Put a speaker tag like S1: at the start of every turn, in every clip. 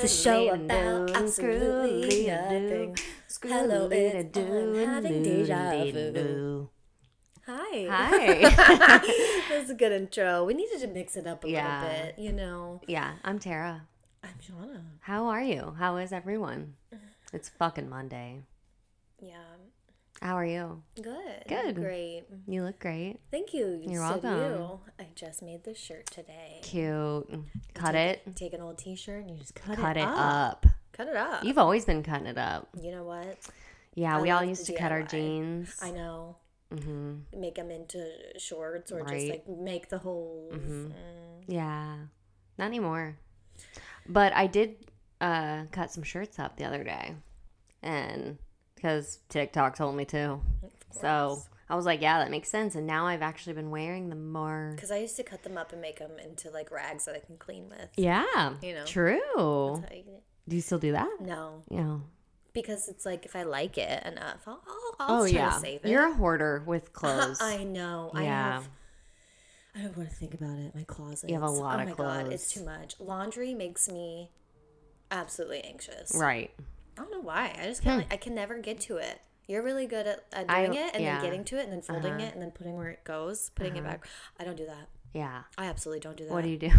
S1: the show about absolutely nothing. Hello, it's I'm having deja vu. Hi.
S2: Hi.
S1: That's a good intro. We needed to mix it up a
S2: Yeah.
S1: little bit, you know.
S2: yeah, I'm Tara.
S1: I'm Shauna.
S2: How are you? How is everyone? It's fucking Monday.
S1: Yeah.
S2: How are you?
S1: Good.
S2: Good.
S1: Great.
S2: You look great.
S1: Thank you.
S2: You're
S1: so do
S2: welcome.
S1: you. I just made this shirt today.
S2: Cute. Cut it.
S1: Take an old t-shirt and you just cut,
S2: Cut,
S1: it, up.
S2: up.
S1: Cut it up.
S2: You've always been cutting it up.
S1: you know what?
S2: Yeah,
S1: I
S2: we all
S1: love
S2: used
S1: the
S2: to cut our
S1: DIY.
S2: jeans.
S1: I know.
S2: hmm
S1: Make them into shorts or just
S2: Right.
S1: like make the holes. Mm.
S2: Yeah. Not anymore. But I did uh, cut some shirts up the other day. And because TikTok told me to.
S1: Mm-hmm.
S2: So I was like, yeah, that makes sense. And now I've actually been wearing them more.
S1: Because I used to cut them up and make them into like rags that I can clean with.
S2: Yeah.
S1: You know.
S2: True.
S1: That's how you-
S2: Do you still do that?
S1: No,
S2: Yeah.
S1: because it's like if I like it enough, I'll, I'll, I'll
S2: Oh,
S1: try
S2: yeah.
S1: to save it.
S2: You're a hoarder with clothes.
S1: I know. I
S2: Yeah.
S1: have. I don't want to think about it. My closet.
S2: You have a lot
S1: oh
S2: of
S1: my god, it's
S2: clothes.
S1: too much. Laundry makes me absolutely anxious.
S2: Right. Hmm.
S1: I don't know why. I just can't. like- I can never get to it. You're really good at, at
S2: I-
S1: doing it and
S2: yeah. Uh-huh.
S1: then getting to it and then folding it and then putting where it goes, putting it back. I don't do that.
S2: Yeah.
S1: I absolutely don't do that.
S2: What do you do?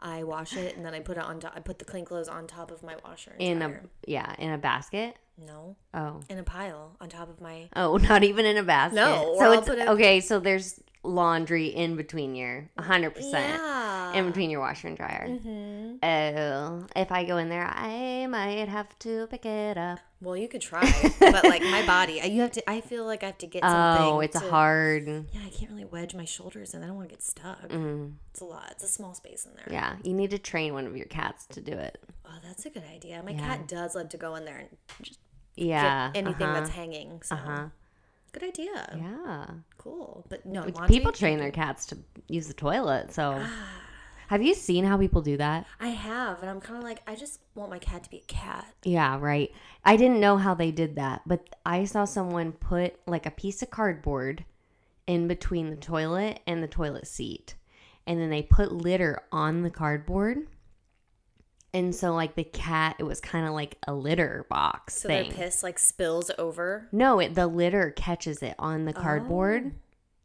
S1: I wash it and then I put it on top. I put the clean clothes on top of my washer. And
S2: In a
S1: dryer.
S2: yeah, in a basket?
S1: no,
S2: Oh.
S1: in a pile on top of my.
S2: Oh, not even in a basket.
S1: No, or
S2: So
S1: I'll
S2: it's
S1: put it-
S2: okay, so there's laundry in between your 100%.
S1: Yeah.
S2: In between your washer and dryer.
S1: Mhm.
S2: Oh, if I go in there, I might have to pick it up.
S1: Well, you could try, but like my body, I, you have to. I feel like I have to get something.
S2: oh, it's
S1: to-
S2: a hard.
S1: Yeah, I can't really wedge my shoulders, and I don't want to get stuck. It's a lot. It's a small space in there.
S2: Mm-hmm. Yeah, you need to train one of your cats to do it.
S1: Oh, that's a good idea. My cat does love to go in there and get
S2: Yeah,
S1: anything
S2: uh-huh,
S1: that's hanging. So.
S2: uh-huh.
S1: Good idea.
S2: yeah.
S1: Cool. But no, laundry,
S2: People train their cats to use the toilet. So, have you seen how people do that?
S1: I have, and I'm kind of like, I just want my cat to be a cat.
S2: Yeah, right. I didn't know how they did that, but I saw someone put like a piece of cardboard in between the toilet and the toilet seat. And then they put litter on the cardboard. And so like the cat, it was kind of like a litter box
S1: So
S2: thing.
S1: their piss like spills over. Oh.
S2: No, it, the litter catches it on the cardboard.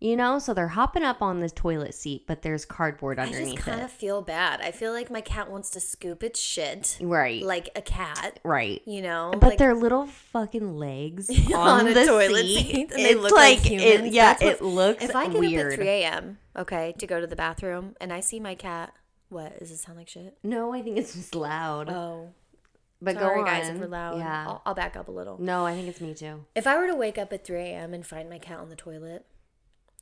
S2: You know, so they're hopping up on the toilet seat, but there's cardboard
S1: I
S2: underneath
S1: just kind
S2: it.
S1: of feel bad. I feel like my cat wants to scoop its shit
S2: right.
S1: like a cat,
S2: right.
S1: you know?
S2: But
S1: like,
S2: their little fucking legs
S1: on
S2: on,
S1: a
S2: the
S1: toilet
S2: seat,
S1: seat, and
S2: it's
S1: they look like humans.
S2: it, yeah,
S1: That's what-
S2: it looks
S1: if I get up at
S2: weird.
S1: 3 a.m., okay, to go to the bathroom and I see my cat, what? Does it sound like shit?
S2: no, I think it's just loud.
S1: Oh.
S2: but
S1: Sorry,
S2: go on,
S1: guys, if we're loud. Oh.
S2: Yeah.
S1: I'll, I'll back up a little.
S2: no, I think it's me too.
S1: If I were to wake up at 3 a.m. and find my cat on the toilet,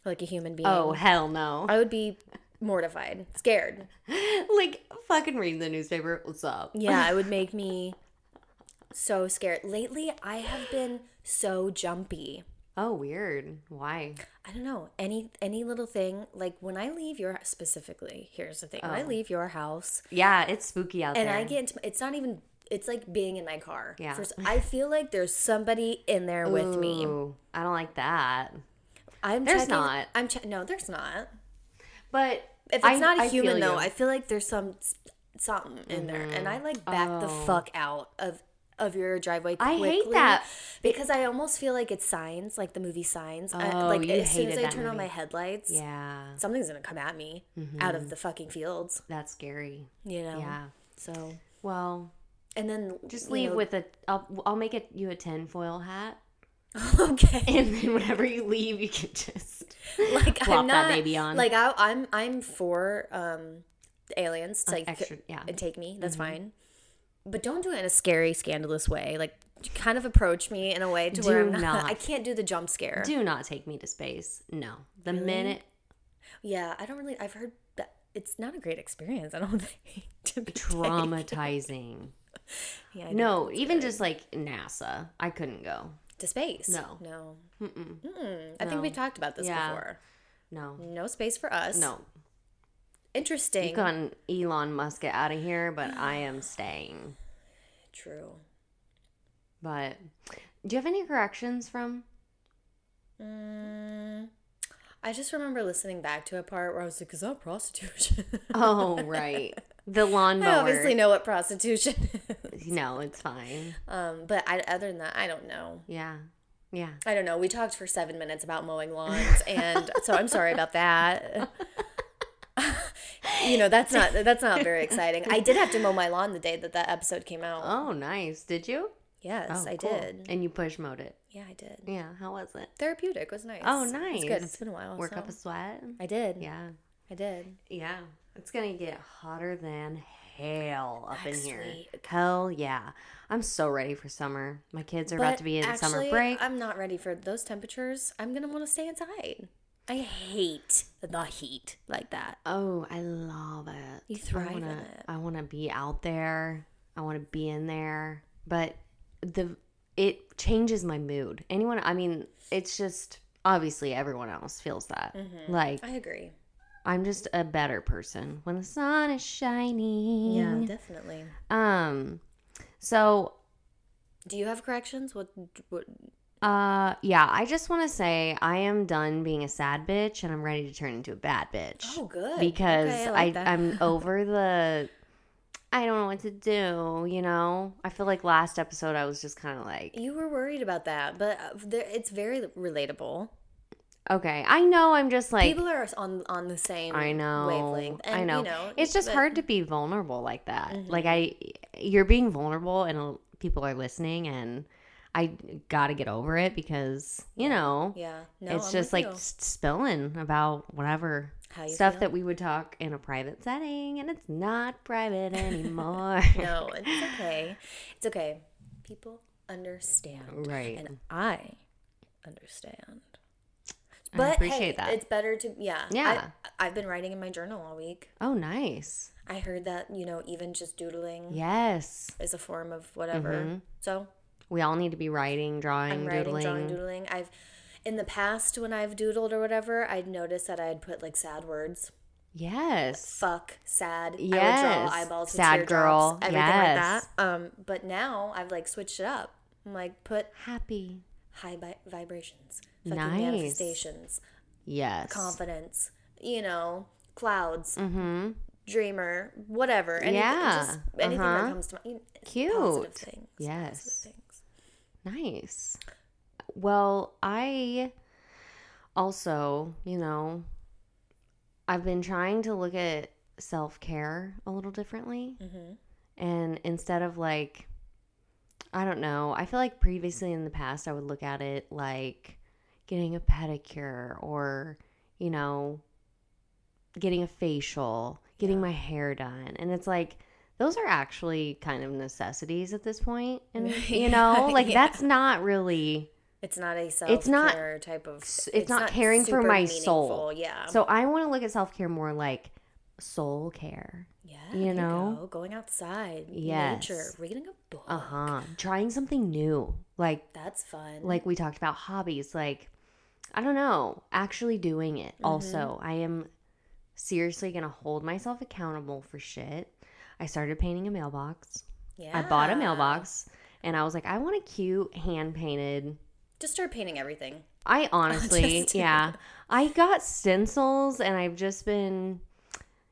S1: like a human being,
S2: Oh hell no!
S1: I would be mortified, scared.
S2: like fucking reading the newspaper. What's up?
S1: Yeah, it would make me so scared. Lately, I have been so jumpy.
S2: Oh weird. Why?
S1: I don't know any any little thing like when I leave your specifically. Here's the thing:
S2: Oh.
S1: when I leave your house
S2: Yeah, it's spooky out
S1: and
S2: there.
S1: I get into, it's not even it's like being in my car.
S2: Yeah.
S1: First, I feel like there's somebody in there with me.
S2: Ooh, I don't like that.
S1: I'm
S2: There's
S1: checking-
S2: not.
S1: I'm che- no, there's not.
S2: But
S1: If it's
S2: I-
S1: not a
S2: I feel
S1: human though,
S2: you.
S1: I feel like there's some s- something in there, and I like back the
S2: Oh.
S1: fuck out of of your driveway.
S2: I hate
S1: quickly
S2: that.
S1: because I almost feel like it's signs, like the movie Signs. I-
S2: Oh,
S1: like
S2: you
S1: as soon as
S2: hated
S1: I
S2: that
S1: turn on
S2: movie.
S1: my headlights,
S2: yeah,
S1: something's gonna come at me out of the fucking fields.
S2: that's scary.
S1: You know.
S2: Mm-hmm. Yeah.
S1: So
S2: Well,
S1: and then
S2: just
S1: Oh. you
S2: leave
S1: know-
S2: with a. I'll, I'll make it you a tinfoil hat,
S1: okay.
S2: and then whenever you leave, you can just
S1: Like
S2: plop
S1: I'm
S2: that
S1: not
S2: baby on.
S1: Like I, I'm I'm for um aliens to like
S2: extra. Mm-hmm. Yeah.
S1: and take me. That's fine. But don't do it in a scary, scandalous way. Like, kind of approach me in a way to where
S2: Do
S1: I'm not,
S2: not.
S1: I can't do the jump scare.
S2: Do not take me to space. No. The minute.
S1: yeah, I don't really. I've heard that it's not a great experience. I don't think to be taken.
S2: Traumatizing.
S1: Yeah, I think
S2: no, even just like NASA, I couldn't go.
S1: to space.
S2: No.
S1: no.
S2: Mm-mm.
S1: Mm-mm. I think we
S2: No.
S1: talked about this
S2: Yeah.
S1: before.
S2: No.
S1: No space for us.
S2: No.
S1: Interesting.
S2: You've gotten Elon Musk out of here, but I am staying.
S1: True.
S2: But do you have any corrections from?
S1: Mm, I just remember listening back to a part where I was like, "Is that prostitution?"
S2: Oh, right. The lawnmower.
S1: I obviously know what prostitution is.
S2: no, it's fine.
S1: Um, but I, other than that, I don't know.
S2: Yeah. Yeah.
S1: I don't know. We talked for seven minutes about mowing lawns, and so I'm sorry about that. you know, that's not that's not very exciting. I did have to mow my lawn the day that that episode came out.
S2: Oh, nice. Did you?
S1: yes,
S2: Oh,
S1: I
S2: cool.
S1: did.
S2: And you push mowed it.
S1: Yeah, I did.
S2: Yeah. How was it?
S1: Therapeutic was nice.
S2: Oh,
S1: It's
S2: nice.
S1: good. It's been a while.
S2: Work
S1: so.
S2: up a sweat.
S1: I did. Yeah,
S2: Yeah.
S1: I did.
S2: Yeah. It's going to get hotter than hell up
S1: Next
S2: in here.
S1: week.
S2: Hell yeah. I'm so ready for summer. My kids are about
S1: But
S2: to be in summer
S1: actually,
S2: break.
S1: I'm not ready for those temperatures. I'm gonna want to stay inside. I hate the heat like that.
S2: oh, I love it.
S1: You thrive
S2: I
S1: in
S2: wanna,
S1: it.
S2: I want to be out there. I want to be in there. But the it changes my mood. Anyone, I mean, it's just obviously everyone else feels that. Like
S1: Mm-hmm. I agree.
S2: I'm just a better person when the sun is shining.
S1: Yeah, definitely.
S2: Um. So
S1: Do you have corrections? What? what
S2: Uh, yeah, I just want to say I am done being a sad bitch and I'm ready to turn into a bad bitch.
S1: oh, good.
S2: Because
S1: Okay,
S2: I,
S1: like that.
S2: I am over the I don't know what to do, you know? I feel like last episode I was just kind of like,
S1: You were worried about that, but uh, there, it's very relatable.
S2: okay, I know I'm just like
S1: People are on on the same.
S2: I know.
S1: wavelength. And,
S2: I know.
S1: You know
S2: it's just
S1: but- Mm-hmm.
S2: hard to be vulnerable like that. Like I you're being vulnerable and uh, people are listening and I got to get over it because, you know,
S1: Yeah. No,
S2: it's
S1: I'm
S2: just
S1: with
S2: like
S1: you.
S2: s- spilling about whatever
S1: How you
S2: stuff
S1: feel.
S2: that we would talk in a private setting, and it's not private anymore.
S1: no, it's okay. It's okay. People understand,
S2: Right.
S1: and I understand.
S2: I
S1: But hey,
S2: appreciate that.
S1: it's better to yeah.
S2: Yeah.
S1: I, I've been writing in my journal all week.
S2: oh, nice.
S1: I heard that you know even just doodling
S2: Yes,
S1: is a form of whatever. So
S2: we all need to be writing, Mm-hmm. drawing,
S1: I'm writing,
S2: doodling.
S1: drawing, doodling. I've in the past when I've doodled or whatever, I'd noticed that I'd put like sad words.
S2: Yes,
S1: Fuck, sad. I would
S2: Yes.
S1: draw eyeballs, sad
S2: Sad
S1: girl,
S2: girl.
S1: everything
S2: Yes.
S1: like that. Um, but now I've like switched it up. I'm like put
S2: happy.
S1: high bi- vibrations, fucking
S2: Nice.
S1: manifestations,
S2: Yes.
S1: confidence. You know, clouds,
S2: mm-hmm.
S1: dreamer, whatever. Anything,
S2: Yeah.
S1: just anything that
S2: Uh-huh.
S1: comes to mind. You-
S2: Cute.
S1: Positive things.
S2: Yes.
S1: Positive things.
S2: Nice. Well, I also, you know, I've been trying to look at self care a little differently. And instead of like, I don't know, I feel like previously in the past, I would look at it like getting a pedicure or, you know, getting a facial, getting my hair done. And it's like, those are actually kind of necessities at this point. And, you know, like
S1: Yeah.
S2: that's not really.
S1: It's not a self
S2: It's not-
S1: care type of.
S2: it's not caring
S1: super
S2: for my soul.
S1: meaningful, Yeah.
S2: So I want to look at self care more like soul care.
S1: yeah.
S2: you
S1: there
S2: know?
S1: go. going outside,
S2: Yes.
S1: nature, reading a book.
S2: Uh huh. Trying something new. Like,
S1: That's fun.
S2: like we talked about hobbies like i don't know actually doing it
S1: Mm-hmm.
S2: also i am seriously gonna hold myself accountable for shit i started painting a mailbox
S1: yeah.
S2: i bought a mailbox and i was like i want a cute hand painted
S1: Just start painting everything.
S2: i honestly
S1: Just-
S2: yeah i got stencils and i've just been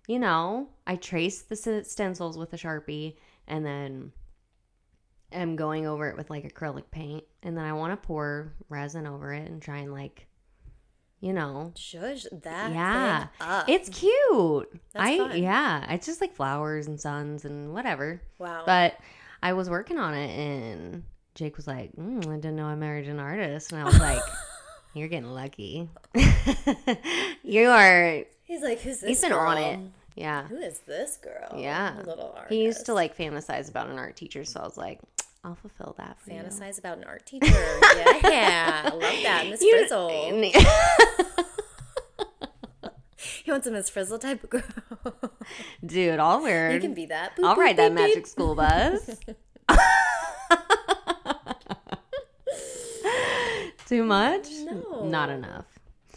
S2: you know i traced the sten- stencils with a sharpie and then am going over it with like acrylic paint and then I want to pour resin over it and try and like you know
S1: Judge that
S2: Yeah.
S1: thing up.
S2: it's cute.
S1: That's
S2: I
S1: fun.
S2: yeah, it's just like flowers and suns and whatever.
S1: wow.
S2: But I was working on it and Jake was like, mm, "I didn't know I married an artist." And I was like, "You're getting lucky. you are
S1: he's like, who's this?
S2: he's been
S1: girl?
S2: on it." Yeah.
S1: Who is this girl?
S2: Yeah.
S1: Little artist.
S2: He used to like fantasize about an art teacher, so I was like, "I'll fulfill that for you."
S1: fantasize about an art teacher. yeah, I love that. Miss Frizzle. He wants a Miss Frizzle type of girl.
S2: Dude, I'll wear.
S1: you can be that. Boop,
S2: I'll
S1: boop,
S2: ride that
S1: beep,
S2: magic
S1: beep.
S2: school bus. Too much?
S1: No.
S2: Not enough.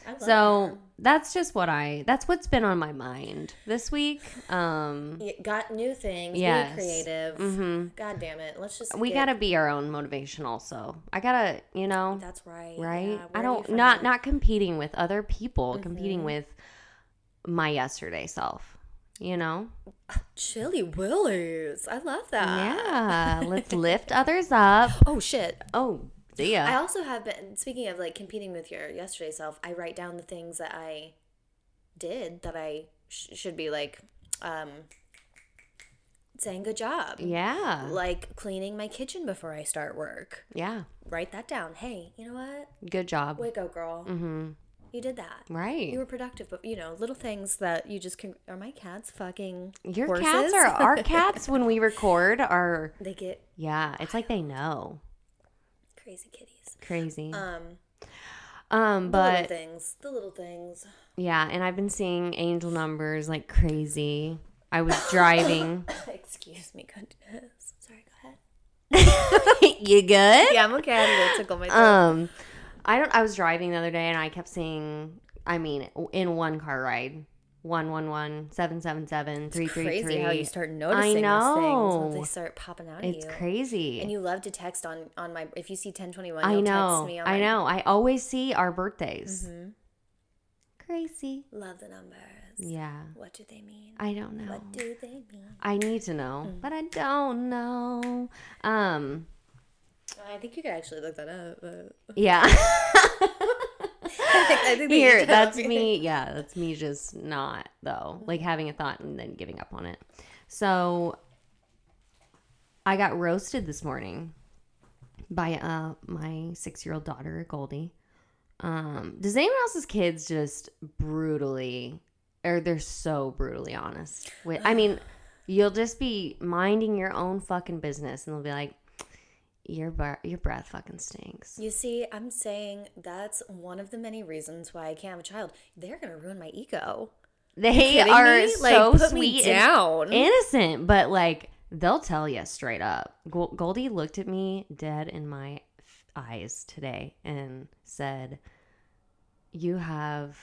S1: I love
S2: So that's just what I. That's what's been on my mind this week. Um,
S1: that. You got new things.
S2: Yes.
S1: Be creative.
S2: mhm.
S1: God damn it. Let's just.
S2: we
S1: get-
S2: gotta be our own motivation. Also, I gotta, you know,
S1: That's right.
S2: right?
S1: Yeah,
S2: I
S1: where do you Mm-hmm.
S2: don't
S1: find
S2: not
S1: that?
S2: not competing with other people, competing with my yesterday self. you know?
S1: Chili Willies. I love that.
S2: Yeah, let's lift others up.
S1: Oh shit.
S2: Oh, see ya.
S1: I also have been speaking of like competing with your yesterday self. I write down the things that I did that I sh- should be like um saying good job.
S2: yeah.
S1: Like cleaning my kitchen before I start work.
S2: yeah.
S1: Write that down. Hey, you know what?
S2: Good job.
S1: Way go, girl.
S2: Mhm.
S1: You did that.
S2: Right.
S1: You were productive, but you know, little things that you just can. Are my cats fucking
S2: Your
S1: horses?
S2: cats are our cats when we record are
S1: they get
S2: yeah, it's like they know.
S1: crazy kitties.
S2: Crazy.
S1: Um,
S2: Um,
S1: the little
S2: but
S1: things, the little things.
S2: yeah, and I've been seeing angel numbers like crazy. I was driving.
S1: Excuse me, goodness. Sorry, go ahead.
S2: you good?
S1: Yeah, I'm okay. I had to tickle my throat.
S2: Um, I don't. I was driving the other day and I kept seeing. I mean, in one car ride, one one one seven seven seven three three three.
S1: crazy how you start noticing these things when
S2: know.
S1: they start popping out
S2: It's
S1: at you.
S2: crazy.
S1: And you love to text on on my. If you see 1021,
S2: I
S1: you'll
S2: know.
S1: Text me on
S2: I
S1: my- Mm-hmm.
S2: know. I always see our birthdays. Crazy.
S1: Love the numbers.
S2: Yeah.
S1: What do they mean?
S2: I don't know.
S1: What do they mean?
S2: I need to know, but I don't know. Um.
S1: I think you could actually look that up. but-
S2: Yeah.
S1: I think that you
S2: Here,
S1: could.
S2: that's me. Yeah, that's me just not, though. Like having a thought and then giving up on it. So I got roasted this morning by uh, my six year old daughter, Goldie. Um, does anyone else's kids just brutally, or they're so brutally honest? With, I mean, you'll just be minding your own fucking business and they'll be like, your, bar- your breath fucking stinks.
S1: You see, I'm saying that's one of the many reasons why I can't have a child. They're gonna ruin my ego.
S2: They
S1: Kidding
S2: are
S1: me? Like,
S2: so
S1: put me
S2: sweet and
S1: down.
S2: innocent, but like they'll tell you straight up. Gol- Goldie looked at me dead in my f- eyes today and said, "You have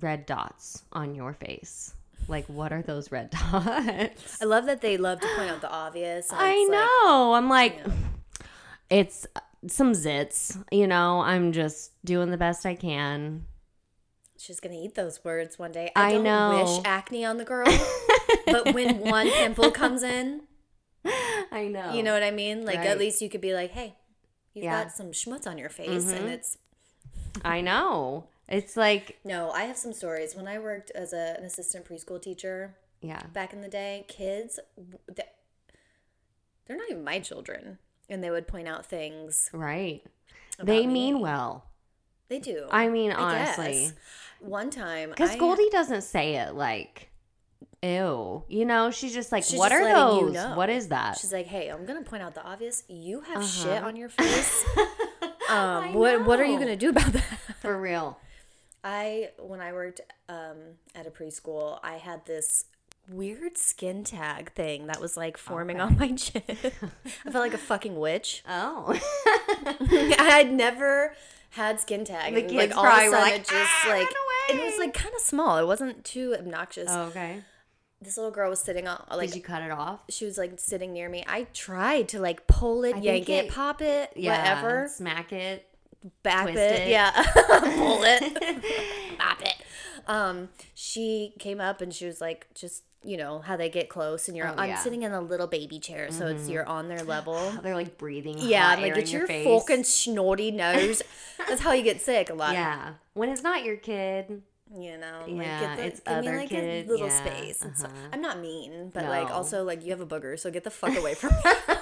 S2: red dots on your face. Like, what are those red dots?"
S1: I love that they love to point out the obvious. and
S2: I
S1: it's like,
S2: know. I'm like, it's uh, some zits. You know, I'm just doing the best I can.
S1: She's gonna eat those words one day.
S2: I
S1: I, don't
S2: know.
S1: wish acne on the girl, but when one pimple comes in,
S2: I know.
S1: you know what I mean. Like
S2: Oh, Right.
S1: at least you could be like, "Hey, you've
S2: Yeah. Mm-hmm.
S1: got some schmutz on your face," and it's
S2: I know. It's like,
S1: no. I have some stories. When I worked as a, an assistant preschool teacher
S2: yeah.
S1: back in the day, kids, w- th- they're not even my children, and they would point out things.
S2: Right. They
S1: me.
S2: mean well.
S1: They do.
S2: I mean,
S1: guess.
S2: honestly.
S1: One time,
S2: Because
S1: I-
S2: Goldie doesn't say it like, ew. You know, she's just like,
S1: She's
S2: what
S1: just
S2: are
S1: letting you
S2: those?
S1: know."
S2: What is that?
S1: She's like, "Hey, I'm gonna point out the obvious. You have shit
S2: Uh-huh.
S1: on your face. um,
S2: I
S1: what what are you
S2: know.
S1: gonna do about that?"
S2: For real.
S1: I when I worked um, at a preschool, I had this weird skin tag thing that was like forming on my chin. I felt like a fucking witch.
S2: Oh.
S1: I had never had skin tag.
S2: The
S1: and,
S2: kids
S1: like all of a
S2: probably
S1: sudden
S2: were like,
S1: it just
S2: "Ah,
S1: like
S2: run
S1: it was like kind of small. It wasn't too obnoxious.
S2: Oh, okay.
S1: This little girl was sitting on like
S2: Did you cut it off?
S1: she was like sitting near me. I tried to like pull it,
S2: think
S1: yank it,
S2: it-
S1: pop it, whatever,
S2: Smack it.
S1: back
S2: twist
S1: it,
S2: it.
S1: yeah, pull it, pop it. Um, she came up and she was like, just you know how they get close, and you're
S2: Oh,
S1: I'm
S2: yeah.
S1: sitting in a little baby chair, so it's you're on their level.
S2: They're like breathing.
S1: Yeah,
S2: hot
S1: I'm like
S2: air in
S1: it's your,
S2: face.
S1: fucking snorty nose. That's how you get sick a lot.
S2: Yeah. When it's not your kid.
S1: You know,
S2: Yeah,
S1: like get the,
S2: it's
S1: give me
S2: other
S1: like
S2: kid-
S1: a little
S2: yeah,
S1: space. It's-
S2: uh-huh.
S1: I'm not mean, but like
S2: No.
S1: also like you have a booger, so get the fuck away from me.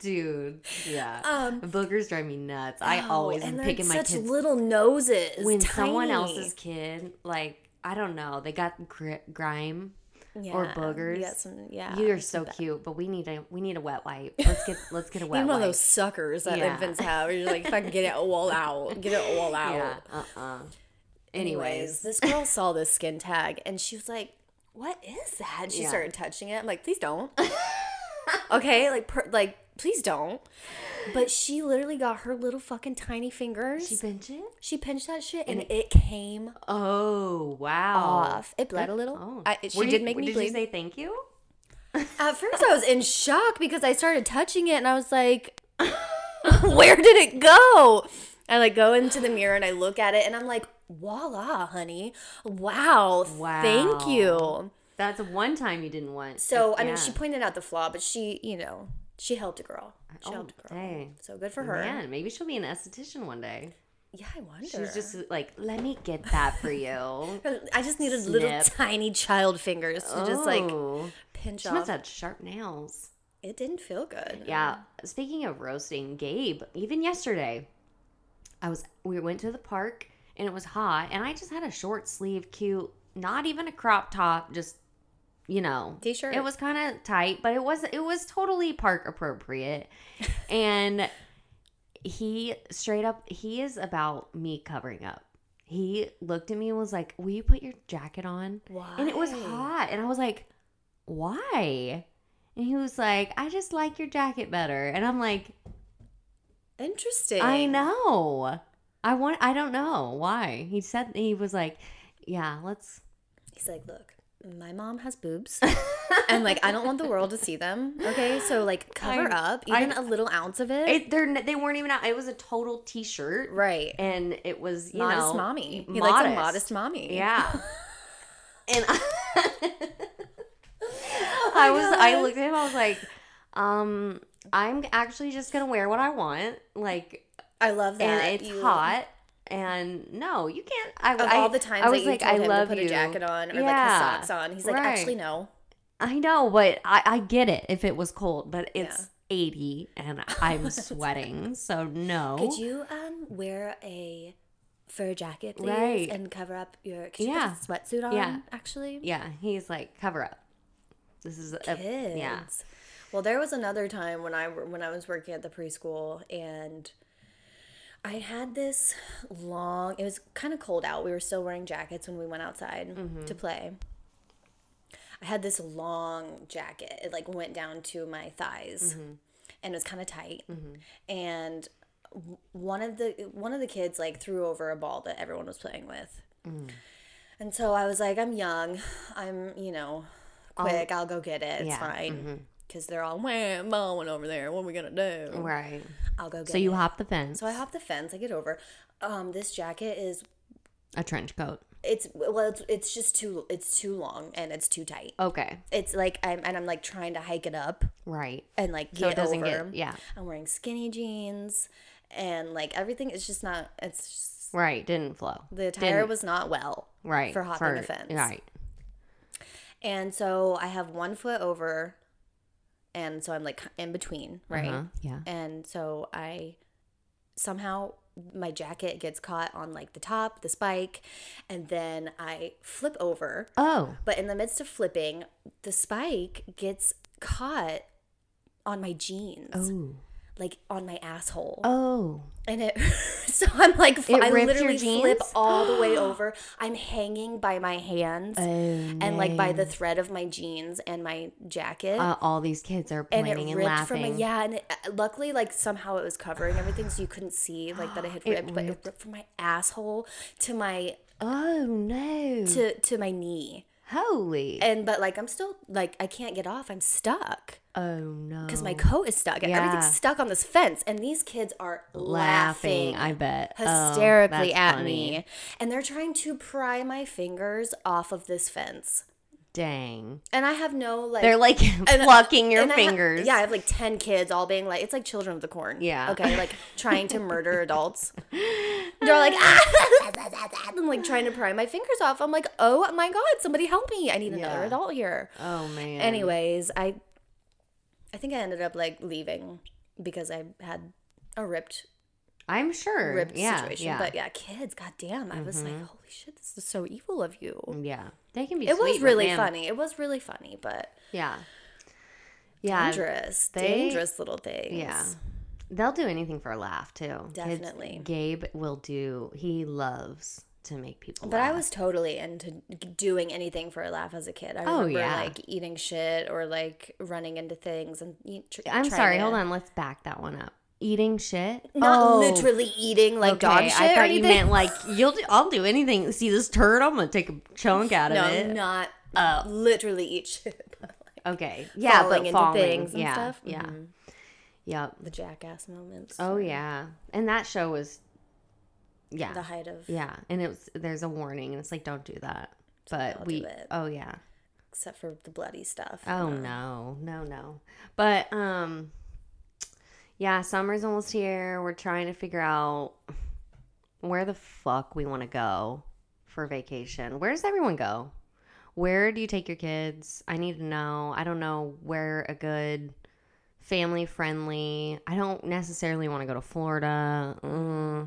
S2: Dude. Yeah.
S1: Um, Oh,
S2: Boogers drive me nuts. I always
S1: and
S2: am
S1: they're
S2: Oh, picking my
S1: such
S2: kids
S1: little noses.
S2: when someone
S1: tiny.
S2: else's kid, like I don't know, they got gri- grime.
S1: yeah.
S2: or boogers,
S1: you got some, yeah,
S2: you are so cute, but we need a we need a wet wipe. Let's get let's get a
S1: Even
S2: wet
S1: one
S2: wipe.
S1: of those suckers that
S2: Yeah.
S1: infants have. You're like, if I can get it all out, get it all out.
S2: yeah. Uh. uh Anyways,
S1: Anyways, this girl saw this skin tag and she was like, "What is that?" And she
S2: Yeah.
S1: started touching it. I'm like, "Please don't." okay, like, per, like, please don't. But she literally got her little fucking tiny fingers.
S2: she
S1: She,
S2: pinch it.
S1: pinched that shit and, it came
S2: Oh wow!
S1: off. It bled a little.
S2: Oh,
S1: I, she
S2: Were
S1: did
S2: you-
S1: make me
S2: did
S1: bleed.
S2: you say thank you?
S1: At first, I was in shock because I started touching it and I was like, where did it go? I like go into the mirror and I look at it and I'm like, voila, honey. Wow.
S2: Wow.
S1: Thank you.
S2: That's one time you didn't want.
S1: So, I
S2: Yeah.
S1: mean, she pointed out the flaw, but she, you know, she helped a girl. She
S2: Oh,
S1: helped a girl.
S2: hey.
S1: So good for her.
S2: Man, maybe she'll be an esthetician one day.
S1: Yeah, I wonder.
S2: She's just like, let me get that for you.
S1: I just needed little
S2: Snip.
S1: tiny child fingers to just like
S2: Oh.
S1: pinch
S2: she
S1: off.
S2: must have sharp nails.
S1: It didn't feel good.
S2: Yeah. Speaking of roasting, Gabe, even yesterday, I was we went to the park and it was hot, and I just had a short sleeve, cute, not even a crop top, just you know,
S1: T-shirt.
S2: It was kind of tight, but it was it was totally park appropriate, and he straight up he is about me covering up. He looked at me and was like, "Will you put your jacket on?"
S1: Why?
S2: And it was hot. And I was like, why? And he was like, I just like your jacket better. And I'm like,
S1: Interesting.
S2: I know. I want I don't know why. He said he was like, Yeah, let's
S1: He's like, look, my mom has boobs. and like, I don't want the world to see them. Okay. So like cover
S2: I-
S1: up
S2: I-
S1: even a little ounce of it.
S2: it, they're, they weren't even out. It was a total t shirt.
S1: right.
S2: And it was you
S1: modest
S2: know,
S1: mommy. He likes a
S2: modest.
S1: modest mommy.
S2: Yeah. and I, I was I
S1: God.
S2: looked at him, I was like, um, I'm actually just gonna wear what I want. Like
S1: I love that.
S2: and it's
S1: you-
S2: hot. And no, you can't. I,
S1: Of
S2: I,
S1: all the times
S2: I was
S1: that you
S2: like,
S1: told
S2: I
S1: him
S2: love
S1: to put
S2: you.
S1: a jacket on or like his
S2: Yeah.
S1: socks on, he's like,
S2: Right.
S1: actually no.
S2: I know, but I, I get it if it was cold, but it's
S1: Yeah.
S2: 80 and I'm sweating, so no.
S1: Could you um wear a fur jacket, please,
S2: Right.
S1: and cover up your? Could you
S2: Yeah.
S1: put a sweatsuit on?
S2: Yeah.
S1: actually.
S2: Yeah, he's like, cover up. This is a
S1: Kids.
S2: yeah.
S1: Well, there was another time when I when I was working at the preschool and I had this long. It was kind of cold out. We were still wearing jackets when we went outside to play. I had this long jacket. It like went down to my thighs, and it was kind of tight.
S2: Mm-hmm.
S1: And w- one of the one of the kids like threw over a ball that everyone was playing with.
S2: Mm-hmm.
S1: And so I was like, I'm young. I'm, you know, quick. I'll, go get it. It's
S2: yeah, Mm-hmm.
S1: fine. Because they're all, wah, mowing over there. What are we going to do?
S2: Right.
S1: I'll go get
S2: So
S1: it.
S2: you hop the fence,
S1: So I hop the fence. I get over. Um, this jacket is,
S2: a trench coat.
S1: it's, well, it's, it's just too, it's too long and it's too tight.
S2: Okay.
S1: It's like, I'm, and I'm like trying to hike it up
S2: Right.
S1: and like get
S2: So it doesn't
S1: over.
S2: get, yeah.
S1: I'm wearing skinny jeans and like everything is just not, it's just,
S2: Right. Didn't flow.
S1: the attire was not well.
S2: right.
S1: for hopping the fence.
S2: Right.
S1: And so I have one foot over, and so I'm like in between, right?
S2: Uh-huh. Yeah.
S1: And so I somehow my jacket gets caught on like the top, the spike, and then I flip over.
S2: Oh.
S1: But in the midst of flipping, the spike gets caught on my jeans,
S2: Oh.
S1: like on my asshole.
S2: Oh.
S1: And it, so I'm like, fl-
S2: It
S1: I
S2: ripped your
S1: literally flip
S2: jeans?
S1: all the way over. I'm hanging by my
S2: Oh,
S1: hands
S2: And
S1: and like by the thread of my jeans and my jacket.
S2: uh, all these kids are
S1: and
S2: pointing
S1: it
S2: and,
S1: ripped
S2: laughing.
S1: from my yeah, and it, luckily like somehow it was covering everything, so you couldn't see like that it had
S2: It
S1: ripped, but it
S2: ripped.
S1: ripped from my asshole to my
S2: Oh no!
S1: to to my knee,
S2: Holy!
S1: and but like I'm still like I can't get off. I'm stuck
S2: oh no!
S1: because my coat is stuck and
S2: Yeah.
S1: everything's stuck on this fence, and these kids are
S2: laughing,
S1: laughing.
S2: I bet Oh,
S1: Hysterically
S2: that's
S1: at
S2: funny.
S1: me, and they're trying to pry my fingers off of this fence,
S2: Dang!
S1: and I have no like.
S2: They're like plucking your
S1: And I ha-
S2: fingers.
S1: yeah, I have like 10 kids all being like, it's like Children of the Corn.
S2: Yeah.
S1: Okay, like trying to murder adults. They're like, ah! I'm like trying to pry my fingers off. I'm like, oh my God, somebody help me. I need another
S2: Yeah.
S1: adult here.
S2: Oh man.
S1: Anyways, I I think I ended up like leaving because I had a ripped
S2: I'm sure.
S1: ripped
S2: yeah,
S1: situation.
S2: Yeah. Mm-hmm.
S1: But yeah, kids, goddamn. I was like, holy shit, this is so evil of you.
S2: yeah. They can be.
S1: It
S2: Mm-hmm. sweet,
S1: was
S2: but
S1: really
S2: man-
S1: funny. It was really funny, but
S2: Yeah. Yeah.
S1: dangerous,
S2: they-
S1: dangerous little things.
S2: Yeah. They'll do anything for a laugh too. Kids-
S1: Definitely.
S2: Gabe will do. He loves to make people.
S1: But
S2: laugh.
S1: I was totally into doing anything for a laugh as a kid. I
S2: Oh,
S1: remember
S2: yeah.
S1: like eating shit or like running into things and y- tr-
S2: I'm
S1: trying
S2: sorry.
S1: to-
S2: Hold on. Let's back that one up. Eating shit.
S1: Not
S2: Oh.
S1: literally eating like dog shit.
S2: I
S1: or
S2: thought you
S1: anything.
S2: meant like you'll. Do, I'll do anything. See this turd? I'm gonna take a chunk out of
S1: no,
S2: it.
S1: not literally eat shit. but, like,
S2: Okay. Yeah,
S1: falling
S2: but
S1: into
S2: falling.
S1: things and
S2: yeah,
S1: stuff.
S2: Yeah. Oh,
S1: Mhm.
S2: Yep.
S1: the jackass moments.
S2: Oh yeah. And that show was yeah,
S1: the height of
S2: yeah. And it was there's a warning, and it's like don't do that. But
S1: Don't do
S2: we,
S1: it.
S2: oh yeah,
S1: except for the bloody stuff.
S2: oh no, no, no. But um, yeah, summer's almost here. We're trying to figure out where the fuck we want to go for vacation. Where does everyone go? Where do you take your kids? I need to know. I don't know where a good family friendly. I don't necessarily want to go to Florida, uh,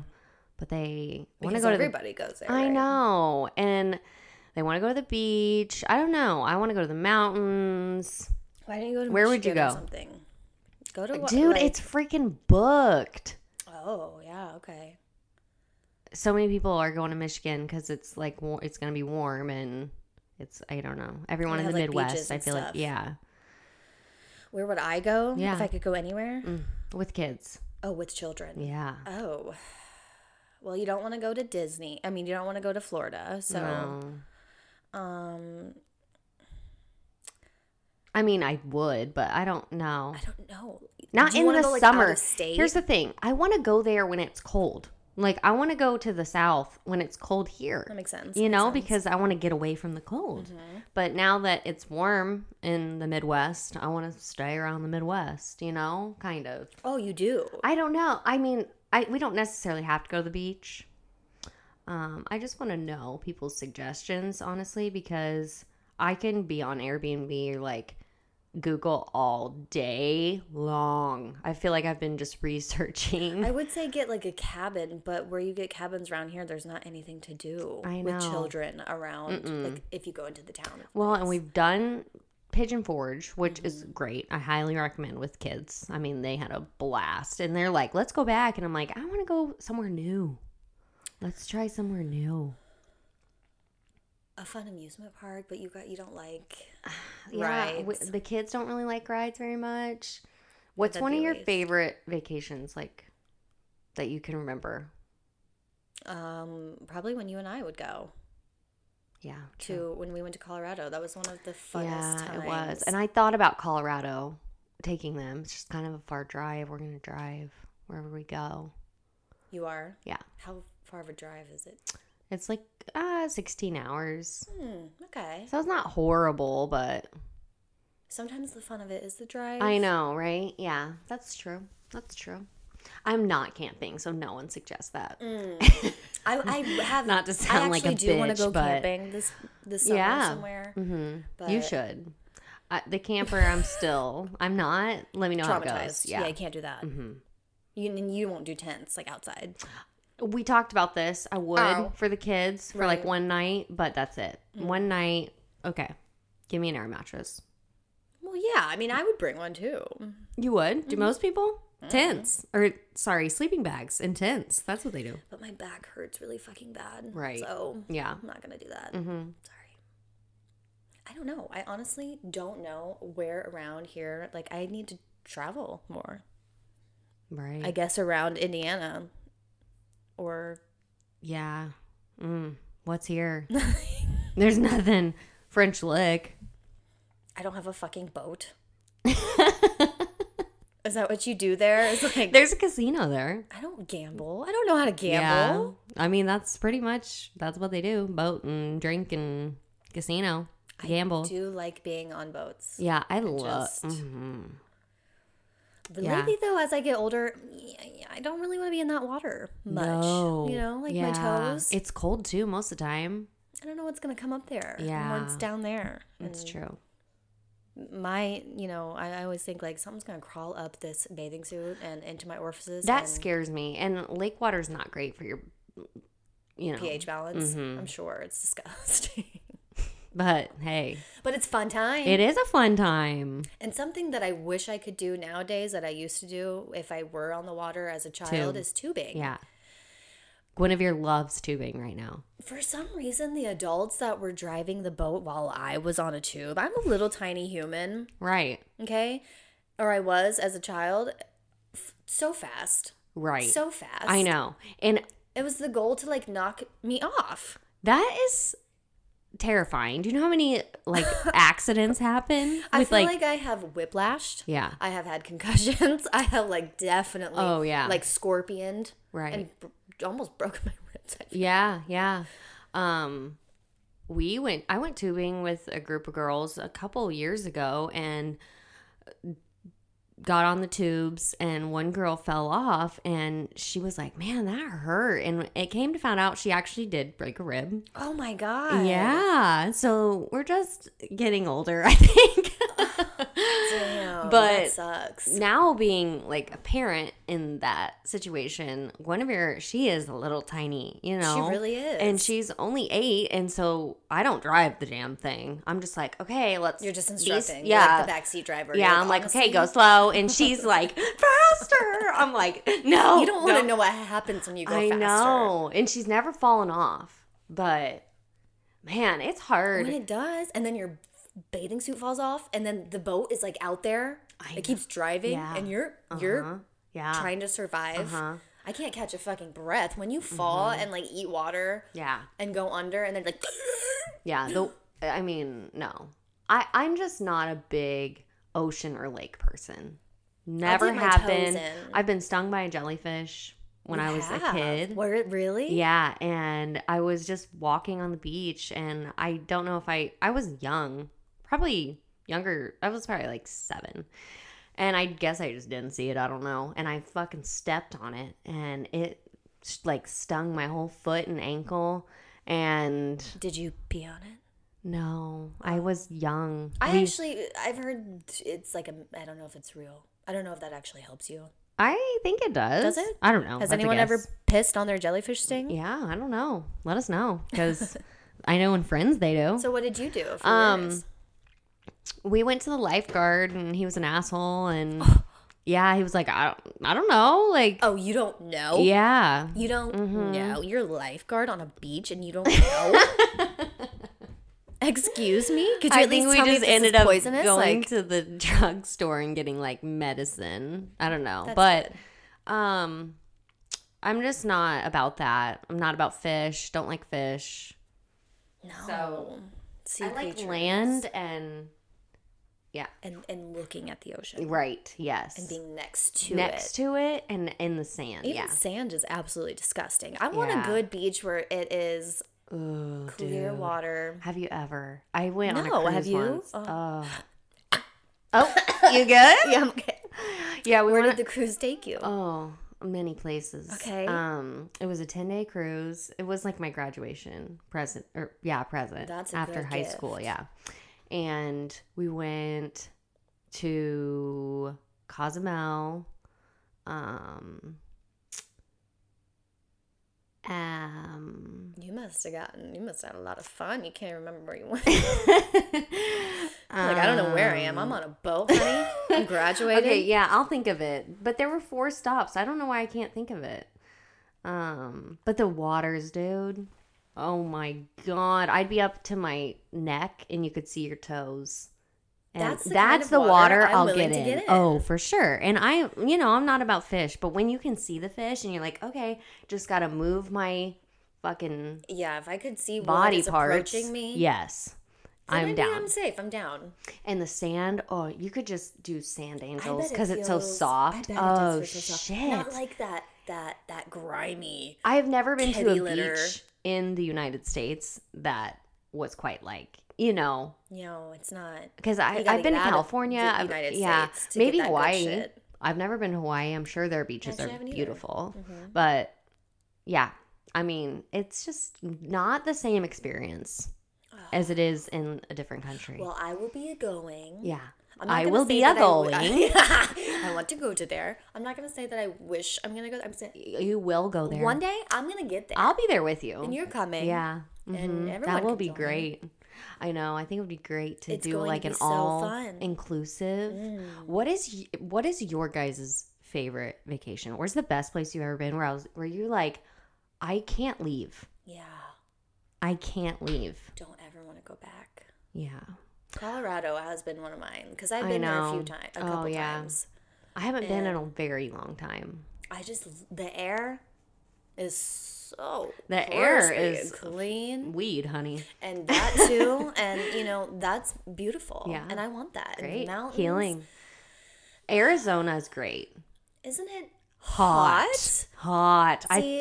S2: but they want to
S1: because
S2: go to the
S1: everybody goes there.
S2: I
S1: right?
S2: know. And they want to go to the beach. I don't know. I want to go to the mountains.
S1: Why didn't you go to
S2: Where would you
S1: Michigan or
S2: go?
S1: Something. Go to what,
S2: Dude,
S1: like-
S2: it's freaking booked.
S1: oh yeah okay.
S2: So many people are going to Michigan because it's like war- it's going to be warm and it's I don't know. Everyone
S1: They
S2: in the
S1: have, like, beaches
S2: Midwest, I
S1: and
S2: feel
S1: stuff.
S2: like yeah,
S1: Where would I go
S2: Yeah.
S1: if I could go anywhere?
S2: with kids,
S1: Oh, with children.
S2: yeah.
S1: Oh. Well, you don't want to go to Disney. I mean, you don't want to go to Florida. So,
S2: No.
S1: um,
S2: I mean, I would, but I don't know.
S1: I don't know.
S2: Not
S1: Do you
S2: in
S1: wanna
S2: the
S1: go, like, out
S2: summer.
S1: of state?
S2: Here's the thing: I want to go there when it's cold. Like I want to go to the south when it's cold here.
S1: That makes sense.
S2: you
S1: Makes
S2: know,
S1: sense. Mm-hmm.
S2: because I want to get away from the cold. But now that it's warm in the Midwest, I want to stay around the Midwest, you know, kind of.
S1: oh, you do.
S2: I don't know. I mean, I we don't necessarily have to go to the beach. Um, I just want to know people's suggestions, honestly, because I can be on Airbnb or like Google all day long. I feel like I've been just researching.
S1: I would say get like a cabin, but where you get cabins around here, there's not anything to do
S2: I
S1: with
S2: know.
S1: children around. Like if you go into the town.
S2: Well, and we've done Pigeon Forge, which is
S1: Mm-hmm.
S2: great. I highly recommend with kids. I mean, they had a blast, and they're like, "Let's go back," and I'm like, "I want to go somewhere new. Let's try somewhere new."
S1: a fun amusement park, but you got you don't like.
S2: Yeah, w-
S1: Rides.
S2: the kids don't really like rides very much. What's
S1: That'd
S2: one
S1: be
S2: of
S1: a
S2: your
S1: waste.
S2: favorite vacations, like that you can remember?
S1: Um, probably when you and I would go
S2: Yeah,
S1: to when we went to Colorado. That was one of the funnest
S2: yeah,
S1: times.
S2: it was. And I thought about Colorado taking them. It's just kind of a far drive. We're gonna drive wherever we go.
S1: you are
S2: Yeah.
S1: how far of a drive is it?
S2: It's like uh, 16 hours.
S1: Hmm, okay.
S2: So it's not horrible, but
S1: Sometimes the fun of it is the drive.
S2: I know, right? Yeah, that's true. That's true. I'm not camping, so no one suggests that.
S1: Hmm. I, I have
S2: Not to
S1: I
S2: sound
S1: actually
S2: like a
S1: do
S2: bitch,
S1: want to go
S2: but
S1: camping this this summer
S2: Yeah.
S1: somewhere.
S2: Mhm.
S1: But
S2: you should. I, the camper, I'm still. I'm not. Let me know how it goes.
S1: traumatized. Yeah.
S2: Yeah. Mm-hmm.
S1: you can't do that. You and you won't do tents like outside.
S2: we talked about this. I would
S1: Oh.
S2: for the kids for like
S1: Right. Mm.
S2: one night, but that's it. One night. Okay, give me an air mattress.
S1: Well, yeah. I mean, I would bring one too.
S2: You would?
S1: Mm-hmm.
S2: Do most people? Tents or sorry, sleeping bags and tents. That's what they do.
S1: but my back hurts really fucking bad.
S2: Right.
S1: So
S2: Yeah.
S1: I'm not gonna do that.
S2: Mm-hmm.
S1: Sorry. I don't know. I honestly don't know where around here. Like I need to travel more.
S2: Right.
S1: I guess around Indiana, or
S2: Yeah. Mm. What's here? There's nothing. French lick.
S1: I don't have a fucking boat. Is that what you do there? It's like
S2: There's a casino there.
S1: I don't gamble. I don't know how to gamble.
S2: Yeah. I mean, that's pretty much that's what they do: boat and drink and casino, gamble.
S1: I do like being on boats.
S2: yeah, I love.
S1: just-
S2: mhm.
S1: But
S2: Yeah.
S1: Lately, though, as I get older, y- I don't really want to be in that water much.
S2: No.
S1: You know, like my
S2: Yeah.
S1: toes.
S2: It's cold too most of the time.
S1: I don't know what's gonna come up there.
S2: Yeah. Mm,
S1: once down there.
S2: That's true.
S1: My, you know, I, I always think like something's gonna crawl up this bathing suit and into my orifices.
S2: That
S1: and
S2: scares me. And lake water's not great for your, you know.
S1: pH balance.
S2: Mm-hmm.
S1: I'm sure it's disgusting,
S2: But hey,
S1: but it's fun time.
S2: it is a fun time.
S1: and something that I wish I could do nowadays that I used to do if I were on the water as a child is tubing.
S2: Yeah. Guinevere loves tubing right now.
S1: For some reason, the adults that were driving the boat while I was on a tube, I'm a little tiny human.
S2: Right.
S1: okay or i was as a child F- so fast
S2: Right.
S1: so fast
S2: I know. And
S1: it was the goal to like knock me off
S2: that is terrifying. Do you know how many like accidents happen with
S1: i feel like, i have whiplashed
S2: yeah,
S1: i have had concussions i have like definitely
S2: Oh, yeah.
S1: like scorpioned
S2: right.
S1: and b- almost broke my ribs. I
S2: Yeah, yeah. Um we went I went tubing with a group of girls a couple years ago and got on the tubes and one girl fell off and she was like, "Man, that hurt." And it came to find out she actually did break a rib.
S1: Oh my god.
S2: Yeah. So we're just getting older, I think.
S1: Damn,
S2: But-
S1: that sucks.
S2: now being like a parent in that situation, Guinevere, she is a little tiny, you know.
S1: She really is.
S2: And she's only eight, and so I don't drive the damn thing. I'm just like, okay, let's.
S1: You're just
S2: be-
S1: instructing.
S2: yeah,
S1: You're like the backseat driver. You're
S2: yeah. I'm like, okay, go
S1: "Honestly,
S2: slow, and she's like, faster. I'm like, no,
S1: You don't want
S2: no.
S1: to know what happens when you go
S2: I
S1: faster.
S2: know, and she's never fallen off, but man, it's hard.
S1: When it does, and then your bathing suit falls off, and then the boat is like out there.
S2: I know.
S1: it keeps driving,
S2: Yeah.
S1: and you're you're
S2: Uh-huh. yeah,
S1: trying to survive.
S2: Uh-huh. Mm-hmm.
S1: I can't catch a fucking breath when you fall and like eat water
S2: yeah.
S1: and go under, and then like
S2: Yeah, the I mean, no. I I'm just not a big ocean or lake person. Never
S1: dip my
S2: have
S1: toes
S2: been.
S1: in.
S2: I've been stung by a jellyfish when I was a
S1: "Have."
S2: kid.
S1: Were it really?
S2: Yeah, and I was just walking on the beach and I don't know if I I was young. Probably younger. I was probably like 7. And I guess I just didn't see it, I don't know. And I fucking stepped on it and it like stung my whole foot and ankle and
S1: Did you pee on it?
S2: no, I was young.
S1: I
S2: We-
S1: actually, I've heard it's like a. I don't know if it's real. I don't know if that actually helps you.
S2: I think it does.
S1: Does it?
S2: I don't know.
S1: Has
S2: That's a
S1: anyone ever
S2: guess.
S1: pissed on their jellyfish sting?
S2: Yeah, I don't know. Let us know because I know in friends they do.
S1: So what did you do? For
S2: Um,
S1: yours?
S2: we went to the lifeguard and he was an asshole and yeah, he was like, I don't, I don't know, like
S1: Oh, you don't know.
S2: yeah, Mm-hmm.
S1: You don't know. You're a lifeguard on a beach and you don't know. Excuse me? Could you
S2: I
S1: at least
S2: think we
S1: tell me if
S2: just
S1: this
S2: ended
S1: is
S2: up
S1: poisonous?
S2: going
S1: like,
S2: to the drugstore and getting like medicine. I don't know,
S1: That's
S2: but um, I'm just not about that. I'm not about fish. Don't like fish.
S1: no.
S2: so,
S1: sea
S2: I like
S1: creatures.
S2: land and yeah,
S1: and and looking at the ocean
S2: right. Yes,
S1: and being next to
S2: next
S1: it.
S2: to it and in the sand.
S1: Even
S2: yeah,
S1: sand is absolutely disgusting. I want
S2: Yeah.
S1: a good beach where it is
S2: Ooh,
S1: clear
S2: dude.
S1: water.
S2: Have you ever? I went on a
S1: No,
S2: cruise
S1: have you?
S2: once.
S1: Oh.
S2: Oh. oh, you good?
S1: Yeah, I'm okay.
S2: Yeah, we
S1: Where
S2: went.
S1: did the cruise take you?
S2: Oh, many places.
S1: Okay.
S2: Um, it was a ten day cruise. It was like my graduation present, or yeah, present.
S1: That's a
S2: after
S1: good
S2: high school.
S1: gift.
S2: Yeah, and we went to Cozumel. Um. Um.
S1: you must have gotten you must have had a lot of fun. You can't remember where you went. Like I don't know where I am.
S2: um,
S1: I'm on a boat, honey. I'm graduating.
S2: Okay, yeah, I'll think of it. But there were four stops. I don't know why I can't think of it. Um, but the waters, dude. Oh my god, I'd be up to my neck, and you could see your toes. And
S1: That's
S2: that's
S1: the
S2: the,
S1: kind of water
S2: water,
S1: I'm
S2: I'll
S1: willing
S2: get
S1: to
S2: in.
S1: get in.
S2: Oh, for sure. And I, you know, I'm not about fish, but when you can see the fish and you're like, okay, just gotta move my fucking
S1: Yeah, if I could see body
S2: body
S1: what is
S2: parts.
S1: approaching me,
S2: Yes,
S1: then
S2: I'm
S1: maybe
S2: down.
S1: I'm safe. I'm down.
S2: And the sand, oh, you could just do sand angels
S1: it
S2: because it's so
S1: feels-
S2: soft.
S1: I bet it does
S2: oh
S1: feel so soft.
S2: shit!
S1: Not like that that that grimy.
S2: I have never been to
S1: kitty
S2: a
S1: litter.
S2: beach in the United States that was quite like you know
S1: You know, it's not.
S2: because I
S1: You gotta
S2: I've been to
S1: get out of
S2: California,
S1: the
S2: I've-
S1: United
S2: yeah,
S1: States to get
S2: maybe
S1: that good
S2: Hawaii.
S1: shit.
S2: I've never been to Hawaii. I'm sure their beaches
S1: Actually, I
S2: are
S1: haven't either. Mm-hmm.
S2: beautiful, but yeah, I mean it's just not the same experience as it is in a different country.
S1: Well, I will be a going.
S2: yeah,
S1: I'm not
S2: I
S1: gonna
S2: will
S1: say
S2: be a
S1: that I
S2: going.
S1: w- I want to go to there. I'm not gonna say that I wish I'm gonna go. I'm saying
S2: you will go there
S1: one day I'm gonna get there,
S2: I'll be there with you.
S1: and you're coming.
S2: yeah,
S1: and
S2: mhm.
S1: everyone
S2: that will
S1: can
S2: be
S1: join.
S2: great. I know. I think it would be great to
S1: It's
S2: do
S1: going to
S2: like
S1: be
S2: an
S1: so
S2: all
S1: fun. Mm.
S2: inclusive. What is y- what is your guys' favorite vacation? Where's the best place you've ever been? Where I was, where you like, I can't leave.
S1: Yeah.
S2: I can't leave.
S1: Don't ever want to go back.
S2: Yeah,
S1: Colorado has been one of mine because I've
S2: I
S1: been there a few
S2: know.
S1: times, a
S2: Oh,
S1: couple
S2: yeah.
S1: times.
S2: I haven't been
S1: And-
S2: in a very long time.
S1: I just the air is so
S2: The air
S1: crispy and
S2: is-
S1: clean
S2: Weed, honey.
S1: and that too and you know that's beautiful
S2: Yeah.
S1: and I want that And
S2: Great
S1: mountains
S2: healing. Arizona is great.
S1: isn't it
S2: Hot. Hot. I
S1: See,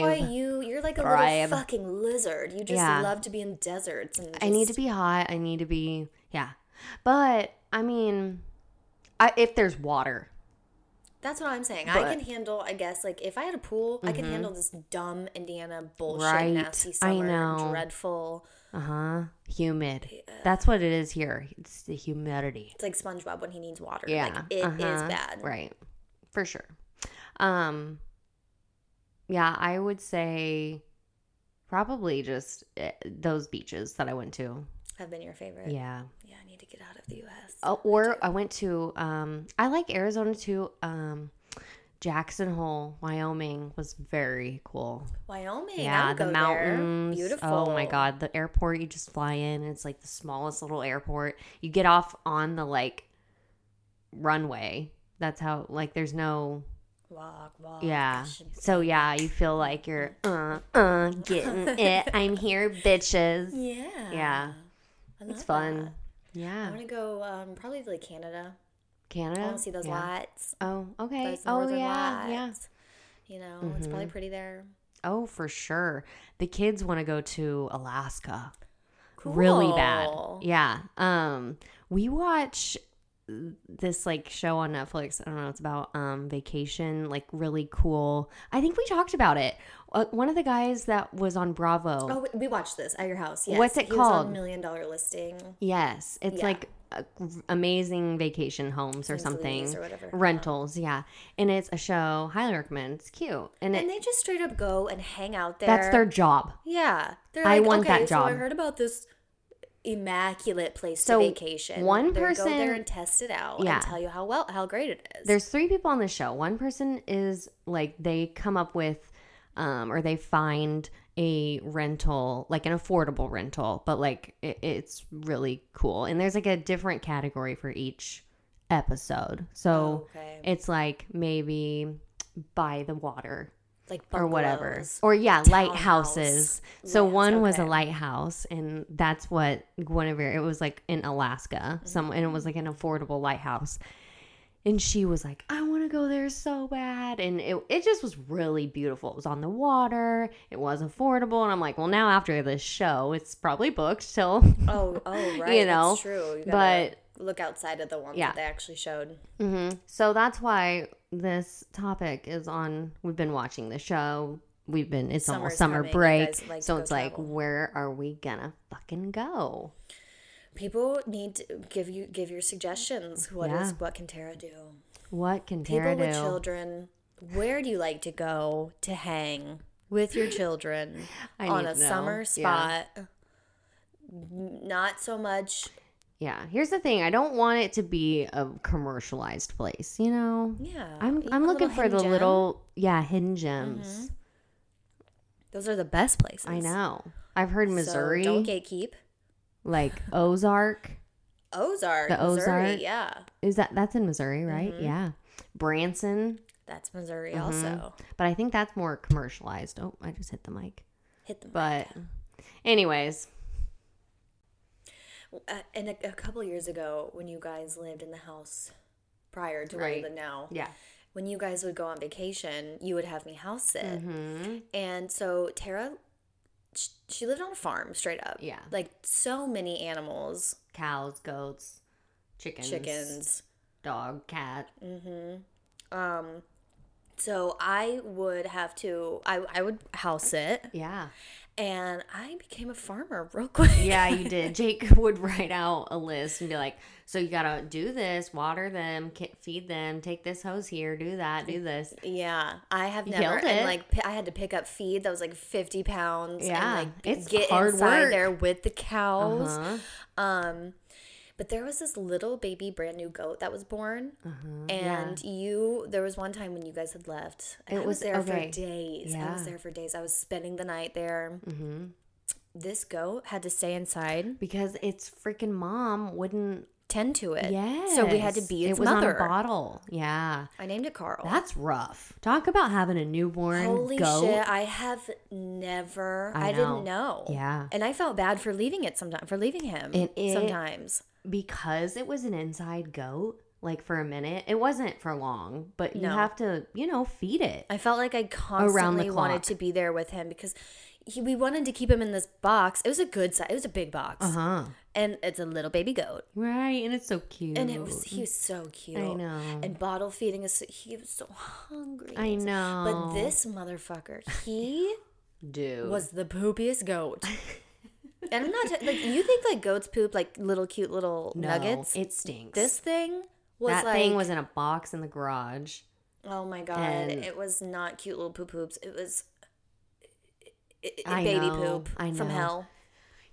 S1: That's why you you're like a
S2: Thrive.
S1: little fucking lizard. You just
S2: Yeah.
S1: love to be in deserts and
S2: I need to be hot. I need to be yeah. But I mean, I, if there's water,
S1: That's what I'm saying.
S2: But- Mm-hmm.
S1: I can handle, I guess, like if I had a pool, I could handle this dumb Indiana bullshit,
S2: Right.
S1: nasty
S2: I
S1: summer,
S2: know.
S1: dreadful. uh,
S2: uh huh, humid. That's what it is here. It's the humidity.
S1: It's like SpongeBob when he needs water.
S2: Yeah,
S1: like it is
S2: uh-huh,
S1: bad.
S2: Right, for sure. Um, yeah, I would say probably just eh, those beaches that I went to.
S1: Have been your favorite.
S2: Yeah.
S1: Yeah, I need to get out of the U.S.
S2: Uh, or I went to um I like Arizona too. Um Jackson Hole, Wyoming was very cool.
S1: Wyoming. I
S2: Yeah,
S1: would
S2: the
S1: go
S2: mountains.
S1: There. Beautiful.
S2: Oh my god, the airport you just fly in, it's like the smallest little airport. You get off on the like runway. That's how like there's no
S1: Walk, walk.
S2: yeah.
S1: Oh, Gosh.
S2: So yeah, you feel like you're uh uh getting it. I'm here, bitches.
S1: Yeah.
S2: Yeah.
S1: I
S2: It's
S1: love
S2: fun.
S1: that. I
S2: Yeah.
S1: want to go um, probably to like Canada. I
S2: Canada.
S1: want to see those
S2: yeah.
S1: lights.
S2: Oh, okay.
S1: Those
S2: Oh
S1: northern
S2: yeah.
S1: lights.
S2: Yeah. Mm-hmm.
S1: You know, it's probably pretty there.
S2: Oh, for sure. The kids want to go to Alaska really bad.
S1: Cool.
S2: Yeah. Um, we watch this like show on Netflix. I don't know. It's about um vacation, like really cool. I think we talked about it. Uh, one of the guys that was on Bravo.
S1: Oh, we- we watched this at your house. Yes.
S2: What's it
S1: He was on
S2: called?
S1: Million Dollar Listing.
S2: Yes, it's
S1: Yeah.
S2: like a, amazing vacation homes or
S1: Things
S2: something.
S1: Louise or whatever.
S2: Rentals, yeah. And it's a show. Highly recommend. It's cute,
S1: And
S2: and, it,
S1: they just straight up go and hang out there.
S2: that's their job.
S1: yeah. They're
S2: I
S1: like,
S2: want
S1: okay,
S2: that
S1: So
S2: job."
S1: I heard about this immaculate place
S2: So,
S1: to vacation.
S2: one
S1: They
S2: person-
S1: go there and test it out
S2: Yeah.
S1: and tell you how well how great it is.
S2: there's three people on the show. One person is like they come up with um or they find a rental, like an affordable rental, but like it, it's really cool. And there's like a different category for each episode. So
S1: okay.
S2: it's like maybe by the water
S1: like
S2: or whatever.
S1: bungalows.
S2: Or yeah, lighthouses. So
S1: Yes,
S2: one was a
S1: okay.
S2: lighthouse and that's what Guinevere it was like in Alaska. Some and it was like an affordable lighthouse. And she was like, I want to go there so bad. And it, it just was really beautiful. It was on the water. It was affordable. And I'm like, well, now after this show, it's probably booked till
S1: Oh, oh, right.
S2: know,
S1: That's true. You
S2: but-
S1: gotta look outside of the ones
S2: Yeah.
S1: that they actually showed.
S2: hmm
S1: Mm-hmm.
S2: So that's why this topic is on. We've been watching the show. We've been. It's
S1: Summer's
S2: almost summer
S1: coming. You
S2: break.
S1: guys like to
S2: so
S1: go
S2: it's like,
S1: travel.
S2: where are we gonna fucking go?
S1: People need to give you give your suggestions. What is
S2: Yeah.
S1: what can Tara do?
S2: What can
S1: People
S2: Tara
S1: with
S2: do?
S1: children, where do you like to go to hang with your children
S2: I
S1: on
S2: need
S1: a
S2: to know.
S1: summer
S2: Yeah.
S1: spot? Not so much.
S2: Yeah. Here's the thing. I don't want it to be a commercialized place. You know.
S1: Yeah,
S2: I'm
S1: you
S2: I'm
S1: know, little
S2: looking for
S1: hidden
S2: the
S1: gem.
S2: little yeah hidden gems.
S1: Those are the best places.
S2: I know. I've heard
S1: Mm-hmm. So
S2: Missouri,
S1: don't gatekeep.
S2: like Ozark.
S1: Ozark.
S2: The
S1: Missouri,
S2: Ozark.
S1: Yeah,
S2: Is that that's in Missouri, right?
S1: Mm-hmm.
S2: Yeah. Branson.
S1: that's Missouri.
S2: Mm-hmm.
S1: Also,
S2: But I think that's more commercialized. Oh, I just hit the mic.
S1: hit them.
S2: But, anyways,
S1: Uh, and a, a couple years ago, when you guys lived in the house prior to where
S2: Right.
S1: you live now,
S2: yeah.
S1: when you guys would go on vacation, you would have me house sit.
S2: Mm-hmm.
S1: And so Tara, sh- she lived on a farm straight up.
S2: Yeah.
S1: Like so many animals,
S2: Cows, goats, chickens,
S1: chickens. Mm.
S2: dog, cat.
S1: Um, so I would have to, I, I would house sit.
S2: Yeah.
S1: And I became a farmer real quick.
S2: Yeah, you did. Jake would write out a list and be like, so you got to do this, water them, ki- feed them, take this hose here, do that, do this.
S1: Yeah, I have
S2: You
S1: never
S2: killed it.
S1: and like p- I had to pick up feed that was like fifty pounds.
S2: Yeah,
S1: and, like, b-
S2: it's
S1: get
S2: hard
S1: inside
S2: work.
S1: there with the cows.
S2: Uh-huh.
S1: Um, but there was this little baby brand new goat that was born,
S2: Uh-huh,
S1: and you. There was one time when you guys had left. and
S2: It
S1: I
S2: was-
S1: was, there
S2: okay.
S1: for days. I
S2: Yeah. Mm-hmm.
S1: was there for days. I was spending the night there. This goat had to stay inside,
S2: Because its freaking mom wouldn't.
S1: tend to it.
S2: Yeah.
S1: Uh, so we had to be its
S2: It was
S1: mother.
S2: on a bottle. Yeah.
S1: I named it Carl.
S2: That's rough. Talk about having a newborn
S1: Holy
S2: goat.
S1: shit! I have never.
S2: I
S1: I,
S2: know.
S1: didn't know.
S2: Yeah.
S1: and I felt bad for leaving it sometimes. For leaving him.
S2: And it-
S1: sometimes
S2: because it was an inside goat, like for a minute. It wasn't for long, but you
S1: No.
S2: have to, you know, feed it.
S1: I felt like I constantly wanted
S2: clock.
S1: to be there with him because he, we wanted to keep him in this box. It was a good size. It was a big box,
S2: Uh huh.
S1: and it's a little baby goat,
S2: Right, and it's so cute.
S1: and it was he was so cute.
S2: I know.
S1: And bottle feeding is so- he was so hungry.
S2: I know.
S1: But this motherfucker, he
S2: dude
S1: was the poopiest goat. and I'm not ta- like you think like goats poop like little cute little
S2: No,
S1: nuggets.
S2: It stinks.
S1: this thing was
S2: that
S1: like
S2: thing was in a box in the garage.
S1: oh my god,
S2: and-
S1: it was not cute little poo poops. It was it, it,
S2: I
S1: baby
S2: know,
S1: poop
S2: I
S1: from
S2: know.
S1: hell.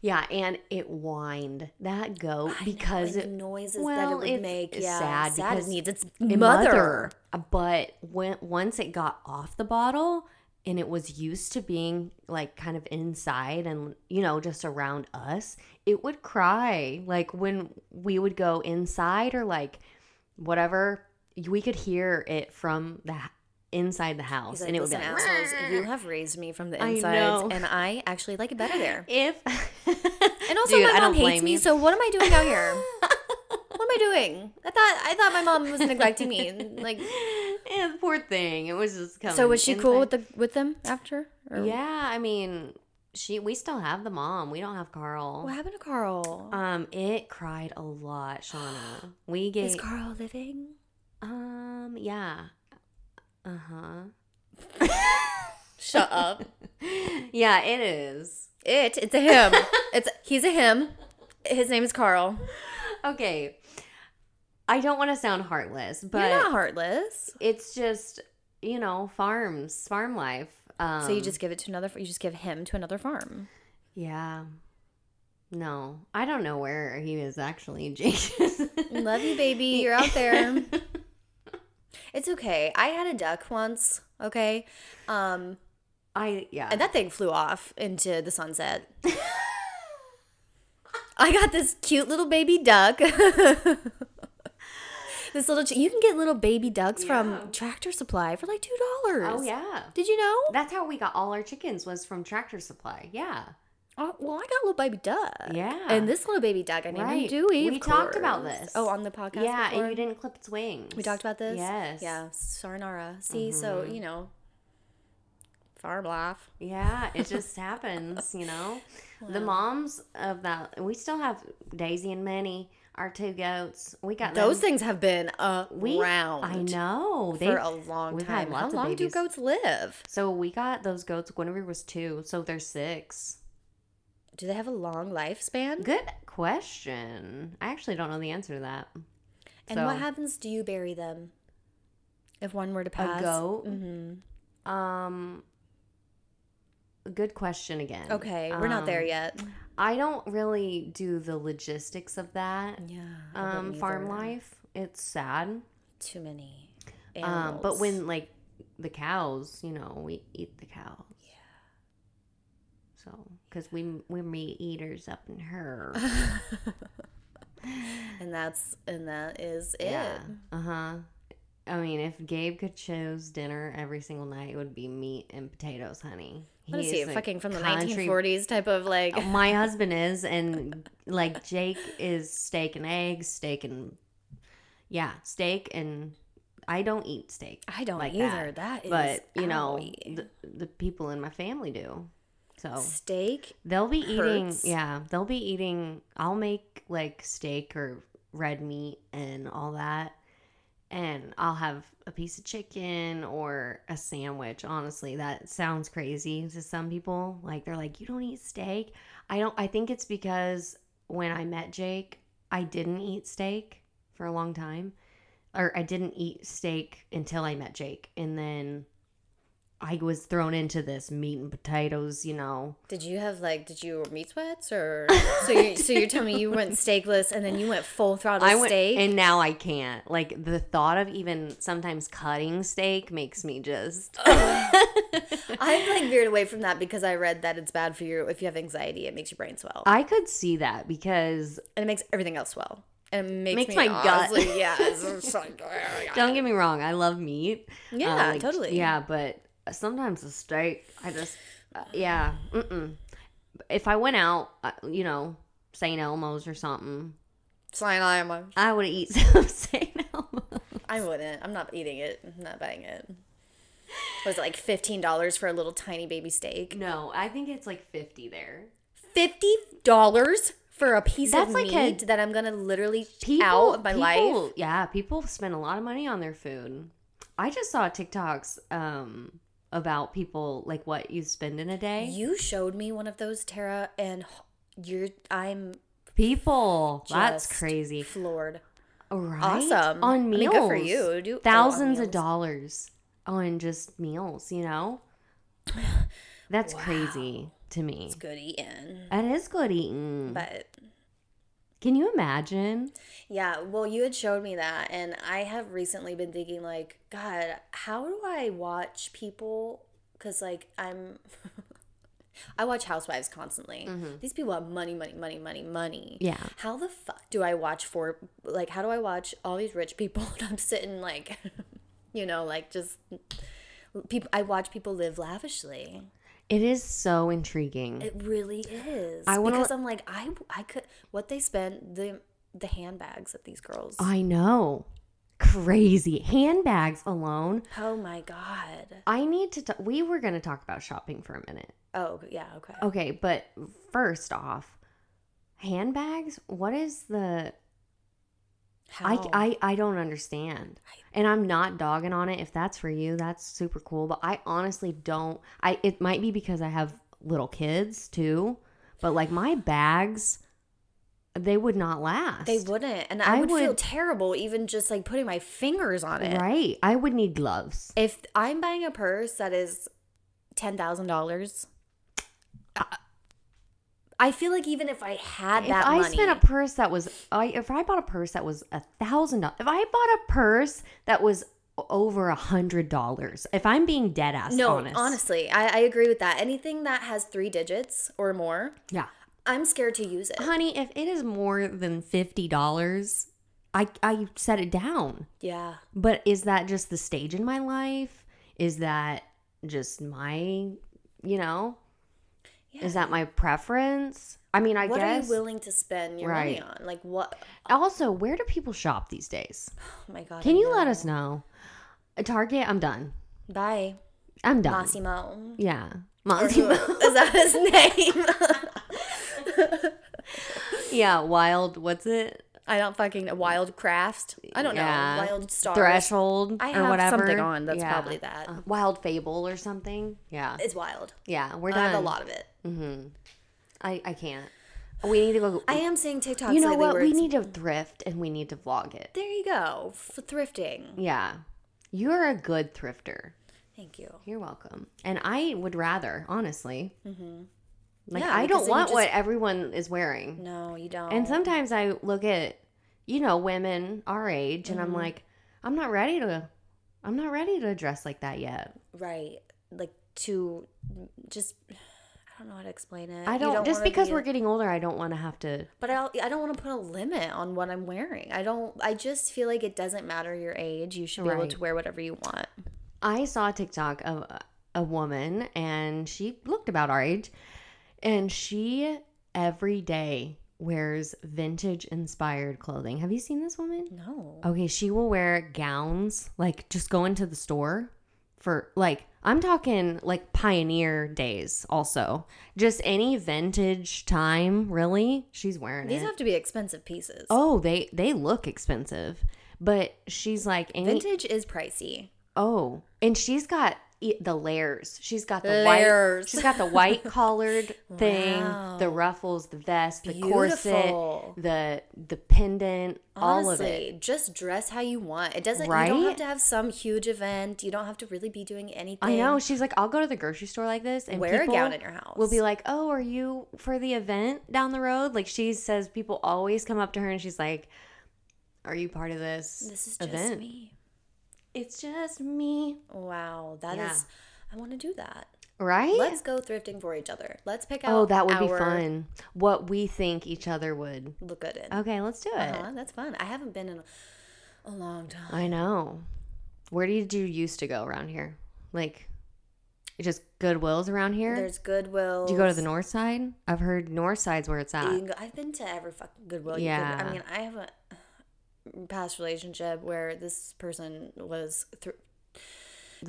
S2: Yeah, and it because that goat Oh, because
S1: and
S2: it
S1: the noises that
S2: well,
S1: it would
S2: it's-
S1: make.
S2: it's
S1: yeah,
S2: sad
S1: it
S2: because
S1: needs its
S2: it
S1: mother.
S2: Uh, But when once it got off the bottle and it was used to being like kind of inside and you know just around us, it would cry like when we would go inside or like whatever we could hear it from the h- inside the house
S1: He's like,
S2: and it would be
S1: "Listen,
S2: like
S1: assholes, you have raised me from the
S2: I
S1: insides,
S2: know.
S1: and I actually like it better there.
S2: if
S1: And also,
S2: Dude,
S1: my mom
S2: I don't
S1: hates
S2: blame
S1: me.
S2: you.
S1: So what am I doing out here? what am I doing? I thought I thought my mom was neglecting me. and, Like,
S2: Yeah, poor thing. It was just coming.
S1: so was she cool
S2: inside.
S1: with the with them after? Or-
S2: Yeah, I mean, she. We still have the mom. We don't have Carl.
S1: What happened to Carl?
S2: Um, it cried a lot, Shauna. We
S1: Is
S2: gave.
S1: Carl living?
S2: um, yeah. Uh huh.
S1: Shut up.
S2: Yeah, it is.
S1: It. It's a him. It's he's a him. His name is Carl.
S2: Okay. I don't want to sound heartless, but
S1: You're not heartless.
S2: it's just you know farms, farm life. Um,
S1: so you just give it to another. You just give him to another farm.
S2: yeah. No, I don't know where he is actually, Jake.
S1: Love you, baby. You're out there. It's okay. I had a duck once. Okay. Um,
S2: I yeah.
S1: and that thing flew off into the sunset. I got this cute little baby duck. this little ch- you can get little baby ducks from Tractor Supply for like two dollars.
S2: oh yeah.
S1: Did you know?
S2: That's how we got all our chickens was from Tractor Supply. Yeah.
S1: Oh, well, I got a little baby duck.
S2: Yeah.
S1: And this little baby duck, I named him
S2: Right.
S1: Dewey. of
S2: We talked about
S1: course.
S2: this.
S1: Oh, on the podcast.
S2: yeah,
S1: before?
S2: and you didn't clip its wings.
S1: We talked about this?
S2: Yes. Mm-hmm.
S1: Yeah. Sarnara. See, so, you know, farm life.
S2: Yeah, it just happens, you know. The moms of that we still have Daisy and Minnie, our two goats. We got them.
S1: Those things have been
S2: we
S1: around
S2: I know.
S1: for
S2: They've-
S1: a long
S2: we've had
S1: time. How
S2: lots of
S1: long do
S2: babies.
S1: goats live?
S2: So we got those goats. Guinevere was two, so they're six.
S1: Do they have a long lifespan?
S2: Good question. I actually don't know the answer to that.
S1: And what
S2: So-
S1: happens? Do you bury them? If one were to pass?
S2: A goat.
S1: hmm
S2: Um, good question again.
S1: Okay, we're not there
S2: Um,
S1: yet.
S2: I don't really do the logistics of that.
S1: Yeah. I wouldn't
S2: Um, farm
S1: either.
S2: life, it's sad.
S1: Too many.
S2: Um, but
S1: animals.
S2: when like the cows, you know, we eat the cows. Yeah. So, because we we're meat eaters up in her.
S1: and that's and that is it.
S2: yeah. Uh huh. I mean, if Gabe could choose dinner every single night, it would be meat and potatoes, honey.
S1: What is he?
S2: a
S1: Fucking from the
S2: country
S1: 1940s type of like.
S2: my husband is and like jake is steak and eggs steak and yeah steak and i don't eat steak
S1: I don't
S2: like
S1: either. that is,
S2: but you know
S1: owie.
S2: the, oh. the people in my family do so
S1: steak.
S2: they'll be eating
S1: hurts.
S2: yeah they'll be eating i'll make like steak or red meat and all that and i'll have a piece of chicken or a sandwich honestly that sounds crazy to some people like they're like you don't eat steak i don't i think it's because when i met jake i didn't eat steak for a long time or i didn't eat steak until i met jake and then i was thrown into this meat and potatoes you know
S1: Did you have like? Did you meat sweats or? So you so you're telling me you went steakless and then you went full throttle
S2: I went,
S1: steak.
S2: and now I can't. Like the thought of even sometimes cutting steak makes me just.
S1: I've like veered away from that because I read that it's bad for you if you have anxiety. It makes your brain swell
S2: I could see that because
S1: and it makes everything else swell. And it makes,
S2: Makes
S1: me
S2: my gut.
S1: honestly- Yeah. it's just like, oh
S2: don't get me wrong, I love meat.
S1: Yeah,
S2: Uh, like,
S1: totally.
S2: Yeah, but sometimes the steak, I just, uh, yeah. Mm-mm. If I went out, uh, you know, St. Elmo's or something,
S1: Cyanide.
S2: I would eat some St. Elmo.
S1: I wouldn't. I'm not eating it. I'm not buying it. Was it like fifteen dollars for a little tiny baby steak?
S2: No, I think it's like 50 there.
S1: Fifty dollars for a piece
S2: That's
S1: of
S2: like a-
S1: meat that I'm gonna literally out of my life.
S2: people- Yeah, people spend a lot of money on their food. I just saw TikToks um, about people like what you spend in a day.
S1: You showed me one of those, Tara, and h- you're I'm
S2: people, that's
S1: just
S2: crazy.
S1: floored.
S2: Right?
S1: Awesome. I
S2: on
S1: mean,
S2: meals.
S1: good for you. Do- oh, on
S2: thousands of
S1: meals.
S2: dollars on just meals. You know, that's crazy to me.
S1: It's good eating,
S2: That is good eating.
S1: but
S2: Can you imagine?
S1: yeah. Well, you had showed me that, and I have recently been thinking, like, God, how do I watch people? Because like I'm, I watch Housewives constantly. These people have money, money, money, money, money.
S2: Mm-hmm. Yeah.
S1: How the fuck do I watch for? Like, how do I watch all these rich people? And I'm sitting like, you know, like just people. I watch people live lavishly.
S2: It is so intriguing.
S1: It really is.
S2: Mm. I wanna-
S1: because I'm like I I could what they spend the the handbags of these girls.
S2: I know. Crazy handbags alone.
S1: oh my god.
S2: I need to. T- we were going to talk about shopping for a minute.
S1: Oh yeah. Okay.
S2: Okay, but first off, handbags. What is the? I,
S1: How?
S2: I I don't understand. And I'm not dogging on it. If that's for you, that's super cool. But I honestly don't. I it might be because I have little kids too. But like my bags, they would not last.
S1: they wouldn't, and I,
S2: I
S1: would, feel
S2: would-
S1: terrible even just like putting my fingers on it.
S2: right. I would need gloves.
S1: If I'm buying a purse that is ten thousand dollars, I feel like even if I had
S2: If
S1: that
S2: I
S1: money,
S2: spent a purse that was, I, if I bought a purse that was a thousand dollars, if I bought a purse that was o- over a hundred dollars, if I'm being dead ass,
S1: no,
S2: honest,
S1: honestly, I, I agree with that. Anything that has three digits or more,
S2: yeah,
S1: I'm scared to use it.
S2: honey, if it is more than fifty dollars, I I set it down.
S1: Yeah.
S2: But is that just the stage in my life? Is that just my, you know,
S1: Yeah.
S2: is that my preference? I mean, I
S1: what are
S2: guess.
S1: you willing to spend your money on? Like what?
S2: also, where do people shop these days?
S1: Oh my god!
S2: Can
S1: I
S2: you let
S1: know.
S2: us know? Target, I'm done.
S1: Bye,
S2: I'm done.
S1: Massimo.
S2: Yeah.
S1: Or
S2: Massimo.
S1: who- Is that his name?
S2: yeah, wild, what's it?
S1: I don't fucking know. Wild Craft. I don't
S2: Yeah.
S1: know. Wild Star.
S2: Threshold
S1: I
S2: or
S1: have
S2: whatever.
S1: something on that's probably that.
S2: Uh, wild Fable or something. Yeah.
S1: It's wild.
S2: Yeah, we're
S1: I
S2: done.
S1: have a lot of it.
S2: I, I can't. We need to go.
S1: I am seeing TikToks.
S2: you know
S1: lately
S2: what?
S1: where
S2: We
S1: it's-
S2: need to thrift and we need to vlog it.
S1: There you go. F- thrifting.
S2: Yeah. You're a good thrifter.
S1: Thank you.
S2: You're welcome. And I would rather, honestly. Like,
S1: Mm-hmm. Yeah,
S2: I
S1: because
S2: don't
S1: then you
S2: want
S1: just-
S2: what everyone is wearing.
S1: No, you don't.
S2: And sometimes I look at, you know, women our age
S1: Mm-hmm.
S2: and I'm like, I'm not ready to I'm not ready to dress like that yet.
S1: right, like to just. I don't know how to explain it.
S2: I
S1: Uh, You
S2: don't, just
S1: wanna
S2: because
S1: be-
S2: we're getting older, I don't want to have to
S1: But I'll, I don't want to put a limit on what I'm wearing. I don't. I just feel like it doesn't matter your age. You should be able
S2: Right.
S1: to wear whatever you want.
S2: I saw a TikTok of a- a woman and she looked about our age and she every day wears vintage inspired clothing. Have you seen this woman?
S1: No.
S2: Okay, she will wear gowns, like just go into the store for like I'm talking like pioneer days also. Just any vintage time, really. She's wearing
S1: These
S2: it.
S1: have to be expensive pieces.
S2: oh, they they look expensive. But she's like any
S1: Vintage is pricey.
S2: Oh, and she's got e- the layers. She's got the
S1: Layers.
S2: white. She's got the white collared thing,
S1: Wow.
S2: the ruffles, the vest, the
S1: Beautiful.
S2: corset, the the pendant, all of
S1: Honestly,
S2: it.
S1: just dress how you want. It doesn't. You don't have
S2: Right?
S1: to have some huge event. You don't have to really be doing anything.
S2: I know. She's like, I'll go to the grocery store like this and
S1: Wear a
S2: people
S1: gown in your house.
S2: Will be like, oh, are you for the event down the road? Like she says, people always come up to her and she's like, are you part of this?
S1: This is just me.
S2: It's just me,
S1: Wow, that is.
S2: Yeah.
S1: I want to do that.
S2: right?
S1: Let's go thrifting for each other. Let's pick out.
S2: oh, that would be
S1: our-
S2: fun. Oh, What we think each other would.
S1: Look good in.
S2: Okay, let's do it.
S1: Uh-huh, that's fun. I haven't been in a long time.
S2: I know. Where did you used to go around here? Like It's just Goodwill's around here.
S1: There's Goodwill.
S2: Do you go to the north side? I've heard north side's where it's at.
S1: I've been to every fucking Goodwill. Yeah.
S2: Yeah.
S1: I mean, I have a past relationship where this person was through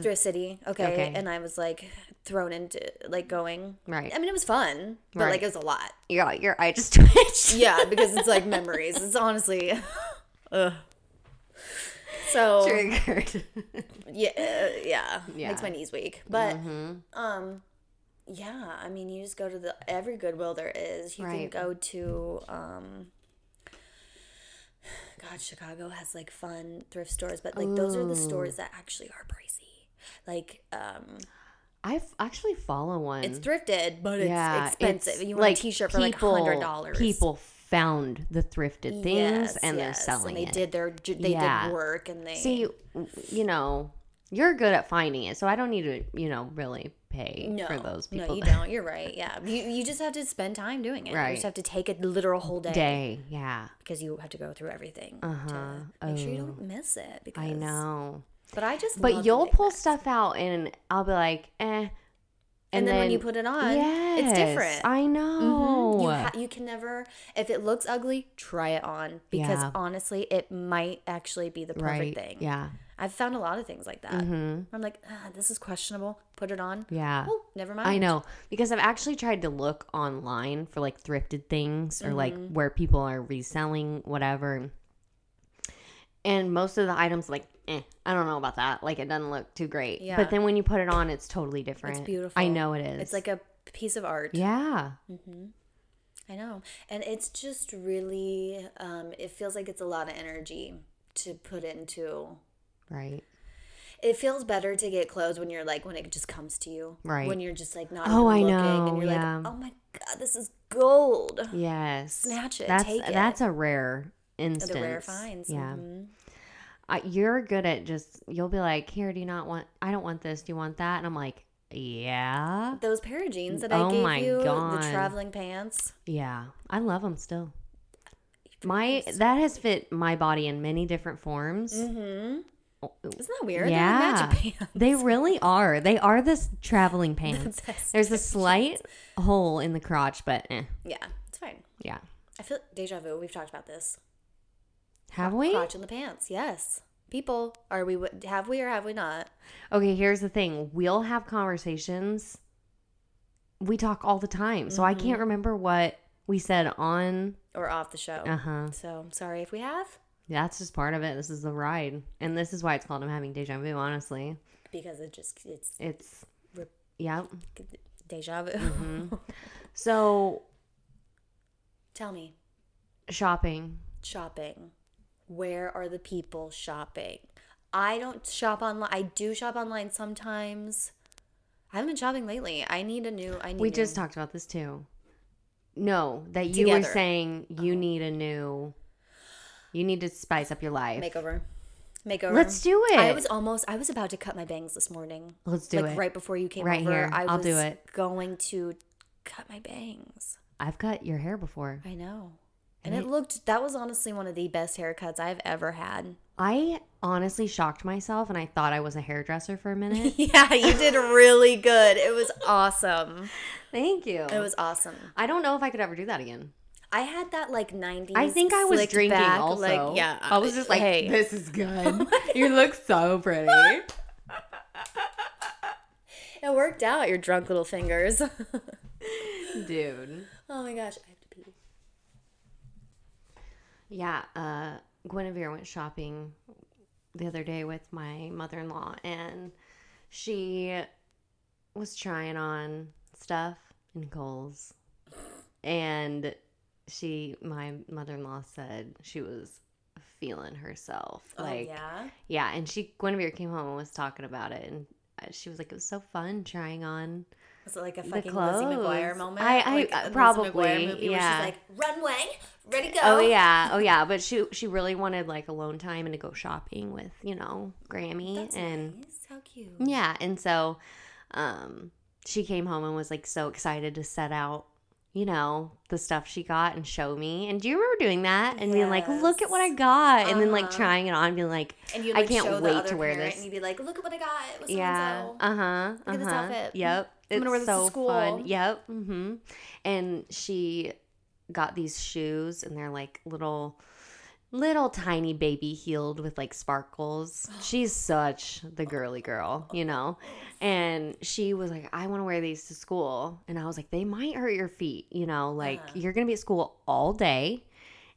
S1: through a city, okay,
S2: Okay.
S1: and I was like thrown into like going.
S2: Right.
S1: I mean, it was fun, but
S2: Right.
S1: like it was a lot.
S2: Yeah, your eye just twitched.
S1: Yeah, because it's like memories. It's honestly. Ugh. So
S2: Triggered.
S1: yeah, uh, yeah,
S2: Yeah.
S1: makes my knees weak. But
S2: Mhm.
S1: um, yeah, I mean, you just go to the every Goodwill there is. You can
S2: Right.
S1: go to um. God, Chicago has like fun thrift stores, but like those are the stores that actually are pricey. Like, um,
S2: Hmm. I f- actually follow one.
S1: it's thrifted, but
S2: yeah,
S1: it's expensive.
S2: it's
S1: you want a T-shirt for like
S2: people-
S1: hundred dollars.
S2: People found the thrifted things and they're
S1: and
S2: selling
S1: they
S2: it.
S1: did their j- they
S2: Yeah.
S1: did work and they
S2: See, w- you know, you're good at finding it, so I don't need to, you know, really pay
S1: no,
S2: for those people.
S1: No, you don't. You're right. Yeah, you, you just have to spend time doing it. You
S2: Right.
S1: just have to take a literal whole day,
S2: Day, yeah,
S1: because you have to go through everything
S2: Uh-huh.
S1: to make sure you don't miss it. Because
S2: I know.
S1: but I just
S2: But
S1: love
S2: you'll
S1: doing
S2: pull
S1: that.
S2: stuff out, and I'll be like, eh. And,
S1: and, then, when you put it on, it's
S2: Yes,
S1: different. Mm-hmm.
S2: I know.
S1: You, ha- you can never, if it looks ugly, try it on because
S2: Yeah.
S1: honestly, it might actually be the perfect
S2: right.
S1: thing.
S2: Yeah.
S1: I've found a lot of things like that.
S2: hmm
S1: I'm like, ah, this is questionable. Put it on.
S2: Yeah.
S1: Oh, never mind.
S2: I know because I've actually tried to look online for like thrifted things or like
S1: Mm-hmm.
S2: where people are reselling whatever. And most of the items, like, eh, I don't know about that. Like, it doesn't look too great.
S1: Yeah.
S2: But then when you put it on, it's totally different.
S1: beautiful.
S2: I know it is.
S1: It's like a Mm. piece of art.
S2: yeah,
S1: I know. And it's just really, um, it feels like it's a lot of energy to put into.
S2: right.
S1: It feels better to get clothes when you're like, when it just comes to you.
S2: Right.
S1: When you're just like not
S2: Oh,
S1: even
S2: I
S1: looking
S2: know,
S1: and you're
S2: yeah.
S1: like, oh my God, this is gold.
S2: Yes.
S1: Snatch it,
S2: That's,
S1: take it.
S2: That's a rare instance.
S1: The rare finds.
S2: Yeah.
S1: Mhm.
S2: I, you're good at just, you'll be like, here, do you not want, I don't want this. Do you want that? And I'm like, yeah.
S1: Those pair of jeans that
S2: Oh
S1: I gave
S2: my
S1: you,
S2: God.
S1: the traveling pants.
S2: Yeah, I love them still. My that has fit my body in many different forms.
S1: Mm-hmm.
S2: Oh, oh.
S1: Isn't that weird? They're like
S2: Yeah,
S1: magic pants.
S2: they really are. They are this traveling pants.
S1: best
S2: There's a slight hole in the crotch, but eh,
S1: Yeah, it's fine.
S2: yeah.
S1: I feel deja vu. We've talked about this.
S2: Have we?
S1: Crotch in the pants. Yes. People, are we have we or have we not?
S2: Okay, here's the thing. We'll have conversations. We talk all the time, so I
S1: Mm-hmm.
S2: can't remember what we said on.
S1: Or off the show.
S2: Uh huh.
S1: So sorry if we have,
S2: That's just part of it. This is the ride, and this is why it's called "I'm having deja vu." Honestly,
S1: because it just it's
S2: it's
S1: Rep-
S2: yeah.
S1: deja vu.
S2: Mm-hmm. So
S1: Tell me,
S2: shopping.
S1: shopping. Where are the people shopping? I don't shop online. I do shop online sometimes. I haven't been shopping lately. I need a new. I need.
S2: We
S1: new-
S2: just talked about this too. No, that you were
S1: Together. Uh-huh.
S2: saying you need a new, you need to spice up your life.
S1: makeover. Makeover.
S2: Let's do it.
S1: I was almost. I was about to cut my bangs this morning.
S2: Let's do
S1: like
S2: it.
S1: right before you came
S2: Right
S1: over.
S2: here.
S1: I
S2: I'll
S1: was
S2: do it.
S1: going to cut my bangs.
S2: I've cut your hair before.
S1: I know. And it looked that was honestly one of the best haircuts I've ever had.
S2: I honestly shocked myself, and I thought I was a hairdresser for a minute.
S1: Yeah, you did really good. It was awesome.
S2: Thank you.
S1: It was awesome.
S2: I don't know if I could ever do that again.
S1: I had that like 90s.
S2: I think I was
S1: slicked
S2: drinking
S1: back,
S2: also.
S1: Like, yeah.
S2: I was just like,
S1: hey.
S2: this is good. you look so pretty.
S1: It worked out, your drunk little fingers.
S2: Dude.
S1: oh my gosh, I have to pee.
S2: Yeah, uh, Guinevere went shopping the other day with my mother in law, and she was trying on stuff in Kohl's, and she, my mother in law, said she was feeling herself, like
S1: oh,
S2: yeah.
S1: yeah.
S2: and she Guinevere came home and was talking about it, and uh, she was like, "It was so fun trying on."
S1: Was it like a
S2: The
S1: fucking Lizzie
S2: clothes.
S1: McGuire moment?
S2: I- I-
S1: like,
S2: uh,
S1: a Lizzie
S2: probably,
S1: McGuire movie
S2: yeah.
S1: Where she's like, runway, ready go.
S2: Oh yeah, oh yeah. But she she really wanted like alone time and to go shopping with you know Grammy
S1: That's
S2: and
S1: nice. How cute.
S2: yeah, and so um she came home and was like so excited to set out you know, the stuff she got and show me. And do you remember doing that and being like, look at what I
S1: Yes.
S2: got? And then like trying it on and being like,
S1: And you
S2: I
S1: like,
S2: can't
S1: show
S2: wait
S1: the other
S2: to wear
S1: parent
S2: this.
S1: And you'd be like, look at what I got. It was
S2: yeah.
S1: so and so.
S2: Uh huh.
S1: Look at this outfit.
S2: Yep.
S1: I'm
S2: it's
S1: gonna wear this to
S2: so fun.
S1: school.
S2: Yep. Mm-hmm. And she got these shoes, and they're like little, little tiny baby heeled with like sparkles. She's such the girly girl, you know. And she was like, "I want to wear these to school," and I was like, "They might hurt your feet, you know. Like
S1: Uh-huh.
S2: you're gonna be at school all day."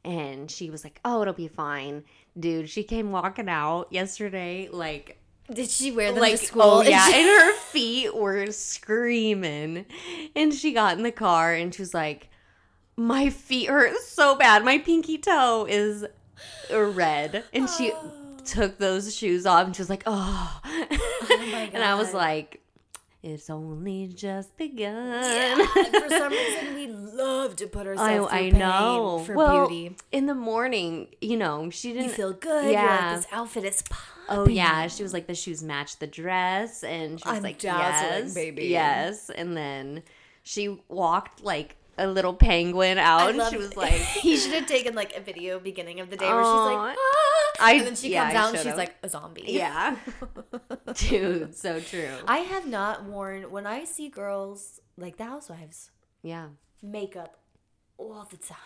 S2: And she was like, "Oh, it'll be fine." Dude, she came walking out yesterday like
S1: Did she wear them
S2: like
S1: to school?
S2: oh
S1: And
S2: yeah
S1: she-
S2: and her feet were screaming and she got in the car and she was like my feet hurt so bad my pinky toe is red and she
S1: Oh.
S2: took those shoes off and she was like oh,
S1: my
S2: and i was
S1: God.
S2: like it's only just begun
S1: Yeah, for some reason, we love to put
S2: I,
S1: ourselves through
S2: I
S1: pain
S2: know.
S1: for
S2: well,
S1: beauty.
S2: in the morning, you know, she didn't
S1: You feel good. You're
S2: yeah.
S1: like, this outfit is popping.
S2: Oh yeah, she was like the shoes match the dress, and she was
S1: I'm
S2: like
S1: dazzling,
S2: yes,
S1: baby."
S2: yes. And then she walked like a little penguin out,
S1: I
S2: and
S1: love
S2: she was
S1: it.
S2: like,
S1: you should have taken like a video beginning of the day where she's
S2: "Aw."
S1: like, "Ah."
S2: I,
S1: and then she
S2: yeah,
S1: comes
S2: I
S1: out and she's
S2: should've.
S1: like a zombie.
S2: yeah, dude, so true.
S1: I have not worn when I see girls like the housewives
S2: yeah,
S1: makeup all the time.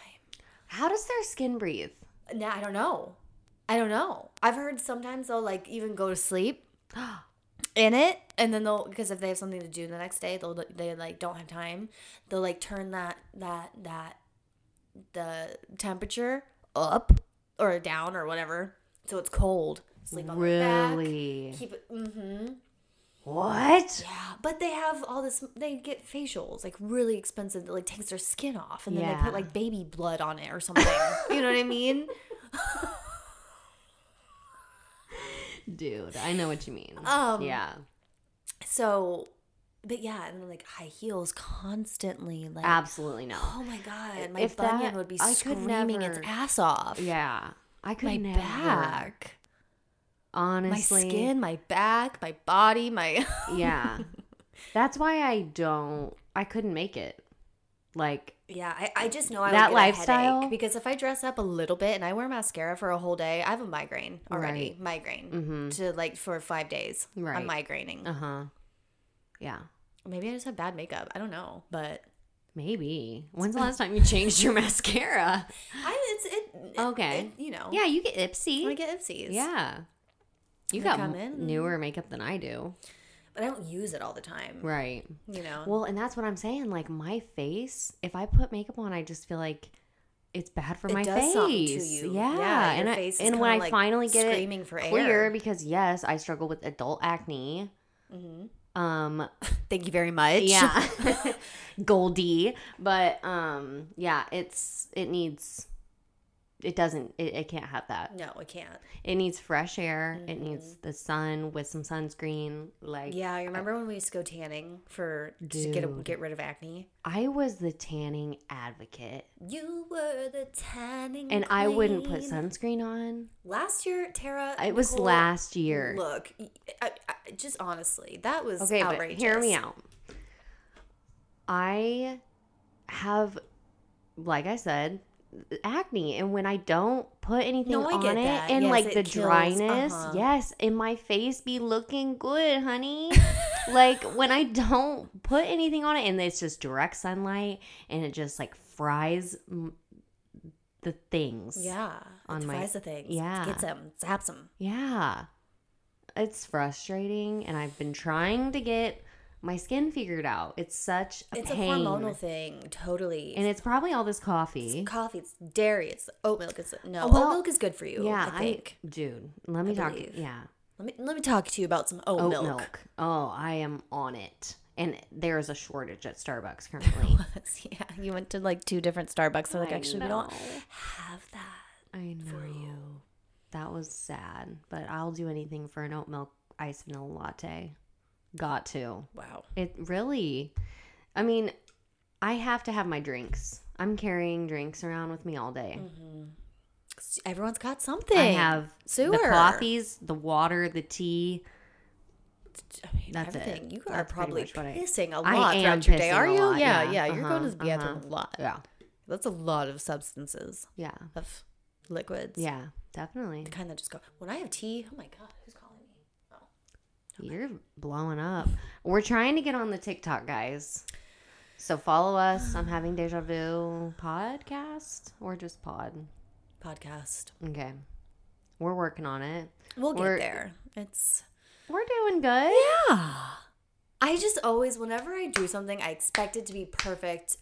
S2: how does their skin breathe?
S1: Now I don't know. I don't know. I've heard sometimes they'll like even go to sleep in it, and then they'll because if they have something to do the next day, they'll they like don't have time. They'll like turn that that that the temperature up or down or whatever, so it's cold. Sleep on really?
S2: really?
S1: Keep it. Mm-hmm.
S2: What?
S1: Yeah, but they have all this. They get facials like really expensive that like takes their skin off, and then they
S2: Yeah.
S1: put like baby blood on it or something. you know what I mean?
S2: Dude, I know what you mean.
S1: Um,
S2: yeah,
S1: So, but yeah, and then like high heels constantly. Like,
S2: absolutely no.
S1: oh my god, my
S2: If
S1: bunion
S2: that-
S1: would be
S2: I could
S1: screaming
S2: never-
S1: its ass off.
S2: Yeah, I could
S1: my
S2: never.
S1: back,
S2: Honestly,
S1: my skin, my back, my body, my.
S2: yeah. That's why I don't I couldn't make it. Like
S1: Yeah, I, I just know I
S2: That
S1: would get a
S2: lifestyle?
S1: headache because if I dress up a little bit and I wear mascara for a whole day, I have a migraine already. Migraine to like for five days.
S2: Right.
S1: I'm migraining.
S2: uh-huh. Yeah.
S1: Maybe I just have bad makeup. I don't know, but
S2: Maybe. When's the last time you changed your mascara?
S1: I it's it. it-
S2: Okay.
S1: it- you know.
S2: Yeah, you get
S1: I
S2: ipsy.
S1: get ipsies.
S2: Yeah. You
S1: They
S2: got
S1: come
S2: m-
S1: in.
S2: newer makeup than I do.
S1: but I don't use it all the time.
S2: Right.
S1: You know.
S2: Well, and that's what I'm saying. Like my face, if I put makeup on, I just feel like it's bad for
S1: It
S2: my
S1: does
S2: face.
S1: something to you.
S2: Yeah,
S1: Yeah, your
S2: and
S1: face is
S2: I, and when
S1: kinda,
S2: I
S1: like,
S2: finally get it
S1: screaming for
S2: clear,
S1: air.
S2: because yes, I struggle with adult acne.
S1: Mhm.
S2: Um,
S1: Thank you very much.
S2: yeah goldie but um yeah it's it needs it doesn't it, it can't have that
S1: no, I can't.
S2: it needs fresh air it needs the sun with some sunscreen like
S1: Yeah, I remember when we used to go tanning for to get a,
S2: Dude.
S1: get rid of acne.
S2: i was the tanning advocate
S1: You were the tanning.
S2: and i wouldn't put
S1: queen.
S2: sunscreen on
S1: Last year, Tara.
S2: it was
S1: Nicole,
S2: last year
S1: Look, y- I, I, just honestly, that was
S2: okay
S1: outrageous.
S2: but hear me out i have like i said acne and when i don't put anything
S1: No, I
S2: on
S1: get
S2: it
S1: that.
S2: and
S1: Yes,
S2: like
S1: it
S2: the
S1: kills.
S2: dryness
S1: Uh-huh.
S2: yes and my face be looking good honey like when i don't put anything on it and it's just direct sunlight and it just like fries m- the things
S1: Yeah,
S2: On
S1: it
S2: my-
S1: fries the things.
S2: yeah.
S1: gets them, zaps them.
S2: Yeah. It's frustrating and I've been trying to get my skin figured out. It's such a
S1: It's
S2: pain.
S1: a hormonal thing, totally.
S2: And it's probably all this coffee. Oh,
S1: it's coffee, it's dairy, it's oat milk. It's no
S2: Well,
S1: oat milk is good for you.
S2: yeah,
S1: I think.
S2: dude, let me talk.
S1: believe.
S2: Yeah.
S1: let me let me talk to you about some oat,
S2: Oat
S1: milk.
S2: milk. Oh, I am on it. And there is a shortage at Starbucks currently.
S1: yeah, you went to like two different Starbucks. They're like,
S2: I
S1: actually, we don't
S2: know.
S1: have that.
S2: I know. you. That was sad, but I'll do anything for an oat milk iced vanilla latte. Got to.
S1: Wow.
S2: It really, I mean, I have to have my drinks. I'm carrying drinks around with me all day.
S1: Everyone's got something.
S2: I have
S1: Sewer.
S2: the coffees, the water, the tea,
S1: I mean,
S2: That's it.
S1: everything. You are
S2: That's pretty
S1: probably
S2: much what I-
S1: pissing a
S2: I
S1: lot
S2: am
S1: throughout your day,
S2: pissing
S1: are
S2: a
S1: you?
S2: lot,
S1: yeah,
S2: yeah.
S1: yeah. You're going to the
S2: Uh-huh,
S1: bathroom
S2: uh-huh.
S1: a lot.
S2: Yeah.
S1: That's a lot of substances
S2: Yeah.
S1: of liquids.
S2: Yeah. Definitely.
S1: The kind that just go. When I have tea, oh my god, who's calling me?
S2: You're blowing up. We're trying to get on the TikTok, guys. So follow us on Having Deja Vu podcast or just pod.
S1: Podcast.
S2: Okay. We're working on it.
S1: We'll get
S2: We're-
S1: there. It's
S2: We're doing good.
S1: yeah. I just always, whenever I do something, I expect it to be perfect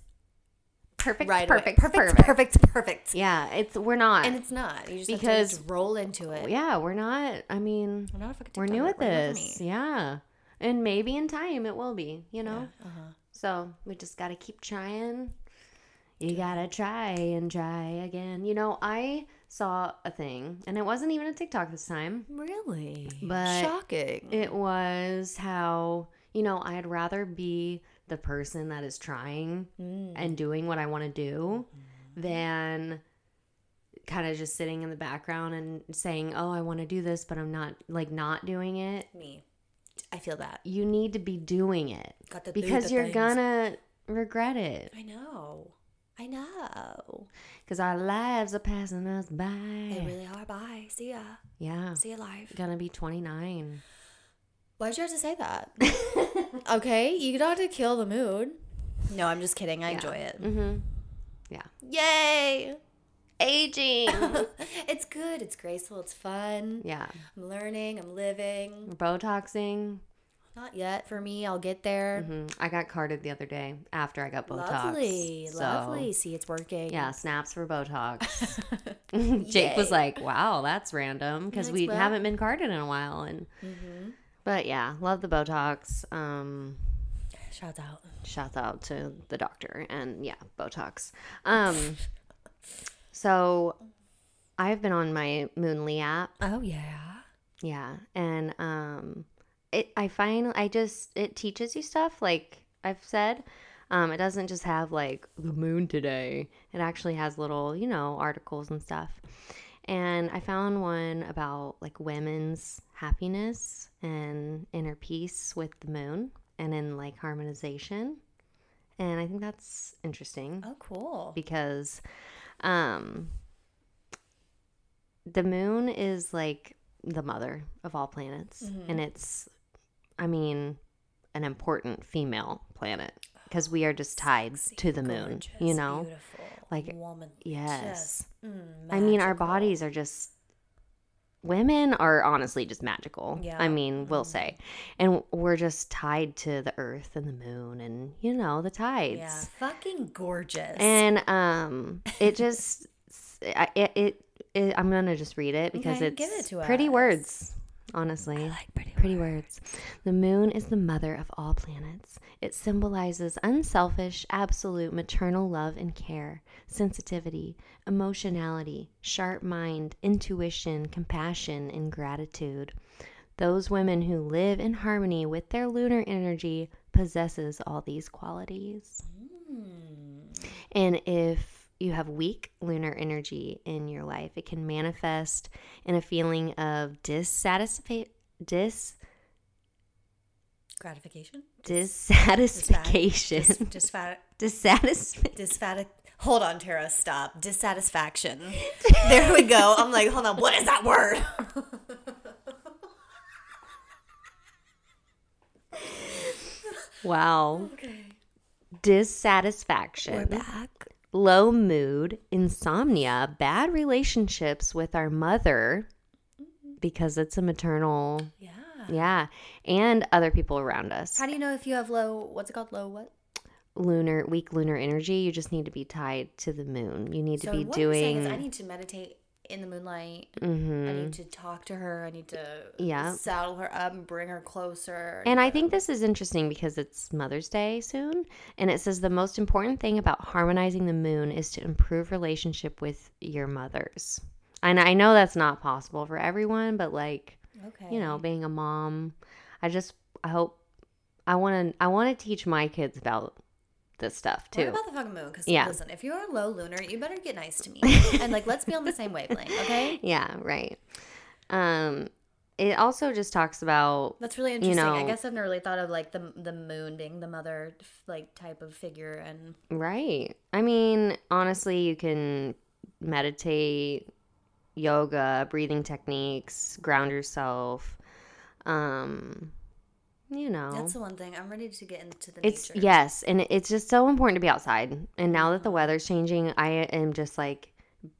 S2: Perfect,
S1: right away.
S2: perfect, perfect,
S1: perfect, perfect, perfect.
S2: Yeah, it's we're not.
S1: And it's not. You just have
S2: Because-
S1: to just roll into it.
S2: yeah, we're not. I mean,
S1: We're not a fucking
S2: we're
S1: TikToker.
S2: new at
S1: never
S2: this.
S1: me.
S2: Yeah. And maybe in time it will be, you know?
S1: Yeah, uh-huh.
S2: So we just got to keep trying. You got to try and try again. You know, I saw a thing, and it wasn't even a TikTok this time.
S1: Really?
S2: But-
S1: Shocking.
S2: It was how, you know, I'd rather be the person that is trying
S1: Mm. Mm-hmm.
S2: and doing what I want to do than kind of just sitting in the background and saying, oh, I want to do this, but I'm not like not doing it.
S1: Me. I feel that.
S2: You need to be doing it
S1: Got to do
S2: because
S1: the
S2: you're
S1: things.
S2: gonna regret it.
S1: I know. I know.
S2: Because our lives are passing us by.
S1: They really are. Bye. See ya.
S2: yeah.
S1: See you live.
S2: Gonna be 29.
S1: Why'd you have to say that? okay, you don't have to kill the mood. No, I'm just kidding. I enjoy it.
S2: Mm-hmm.
S1: Yay!
S2: Aging.
S1: it's good. It's graceful. It's fun.
S2: yeah.
S1: I'm learning. I'm living.
S2: Botoxing.
S1: Not yet for me. I'll get there.
S2: hmm I got carded the other day after I got Mm-hmm. Botox.
S1: Lovely.
S2: So,
S1: Lovely. See, it's working.
S2: Yeah, snaps for Botox. Jake was
S1: Yay.
S2: like, wow, that's random because
S1: Nice,
S2: we
S1: well-
S2: haven't been carded in a while. And
S1: Mm-hmm.
S2: But yeah, love the Botox. Um,
S1: Shouts out.
S2: shout out to the doctor and yeah botox um so i've been on my moonly app
S1: Oh, yeah.
S2: yeah and um it i find i just it teaches you stuff like i've said um it doesn't just have like the moon today it actually has little you know articles and stuff and i found one about like women's happiness and inner peace with the moon and in like harmonization and i think that's interesting
S1: Oh, cool.
S2: because um the moon is like the mother of all planets
S1: Mm-hmm.
S2: and it's i mean an important female planet because we are just tied to the moon you
S1: Gorgeous,
S2: know
S1: beautiful,
S2: Like,
S1: woman.
S2: yes.
S1: Just, mm,
S2: i mean our
S1: magical.
S2: bodies are just women are honestly just magical
S1: Yeah. Mm-hmm.
S2: i mean we'll say and we're just tied to the earth and the moon and you know the tides
S1: Yeah, fucking gorgeous.
S2: and um it just I- it, it, it i'm gonna just read it because
S1: Okay,
S2: it's
S1: give it to
S2: pretty
S1: us.
S2: words honestly
S1: like pretty.
S2: Pretty words. The moon is the mother of all planets. It symbolizes unselfish, absolute maternal love and care, sensitivity, emotionality, sharp mind, intuition, compassion, and gratitude. Those women who live in harmony with their lunar energy possesses all these qualities.
S1: Mm.
S2: And if you have weak lunar energy in your life, it can manifest in a feeling of dissatisfa- dis
S1: Gratification?
S2: dissatisfaction.
S1: Dis- disfat-
S2: Dissatisfaction.
S1: disfat- Hold on, Tara, stop. Dissatisfaction. there we go. I'm like, hold on, what is that word?
S2: Wow.
S1: Okay.
S2: Dissatisfaction.
S1: back.
S2: Low mood, insomnia, bad relationships with our mother because it's a maternal.
S1: Yeah.
S2: Yeah. And other people around us.
S1: How do you know if you have low, what's it called? Low what?
S2: Lunar, weak lunar energy, you just need to be tied to the moon. You need
S1: So
S2: to be
S1: what you're saying
S2: doing.
S1: is I need to meditate in the moonlight.
S2: Mhm.
S1: I need to talk to her. I need to
S2: Yeah.
S1: saddle her up and bring her closer.
S2: And I think this is interesting because it's Mother's Day soon. And it says the most important thing about harmonizing the moon is to improve relationship with your mothers. And I know that's not possible for everyone, but like,
S1: okay.
S2: you know, being a mom, I just I hope I want to I want to teach my kids about this stuff
S1: What
S2: too.
S1: about the fucking moon? Because
S2: Yeah.
S1: listen, if you're a low lunar, you better get nice to me. and like, let's be on the same wavelength, okay?
S2: yeah, right. Um it also just talks about
S1: That's really interesting. I
S2: know-
S1: guess I've never really thought of like the the moon being the mother f- like type of figure and
S2: right. I mean, honestly, you can meditate, yoga, breathing techniques, ground yourself. Um, you know,
S1: that's the one thing. I'm ready to get into the
S2: It's
S1: nature.
S2: yes, and it- it's just so important to be outside. And now
S1: Mm-hmm.
S2: that the weather's changing, I am just like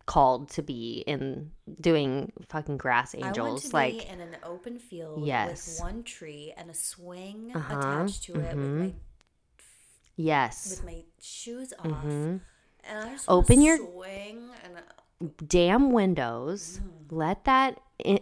S2: called to be in doing fucking grass
S1: I want to
S2: angels.
S1: be
S2: Like
S1: in an open field
S2: Yes.
S1: with one tree and a swing
S2: Uh-huh,
S1: attached to it with
S2: mhm.
S1: my
S2: yes,
S1: with my shoes off.
S2: Mhm.
S1: And I just
S2: Open
S1: open
S2: your-
S1: your swing and uh, oh,
S2: damn windows.
S1: Mm-hmm.
S2: Let that in,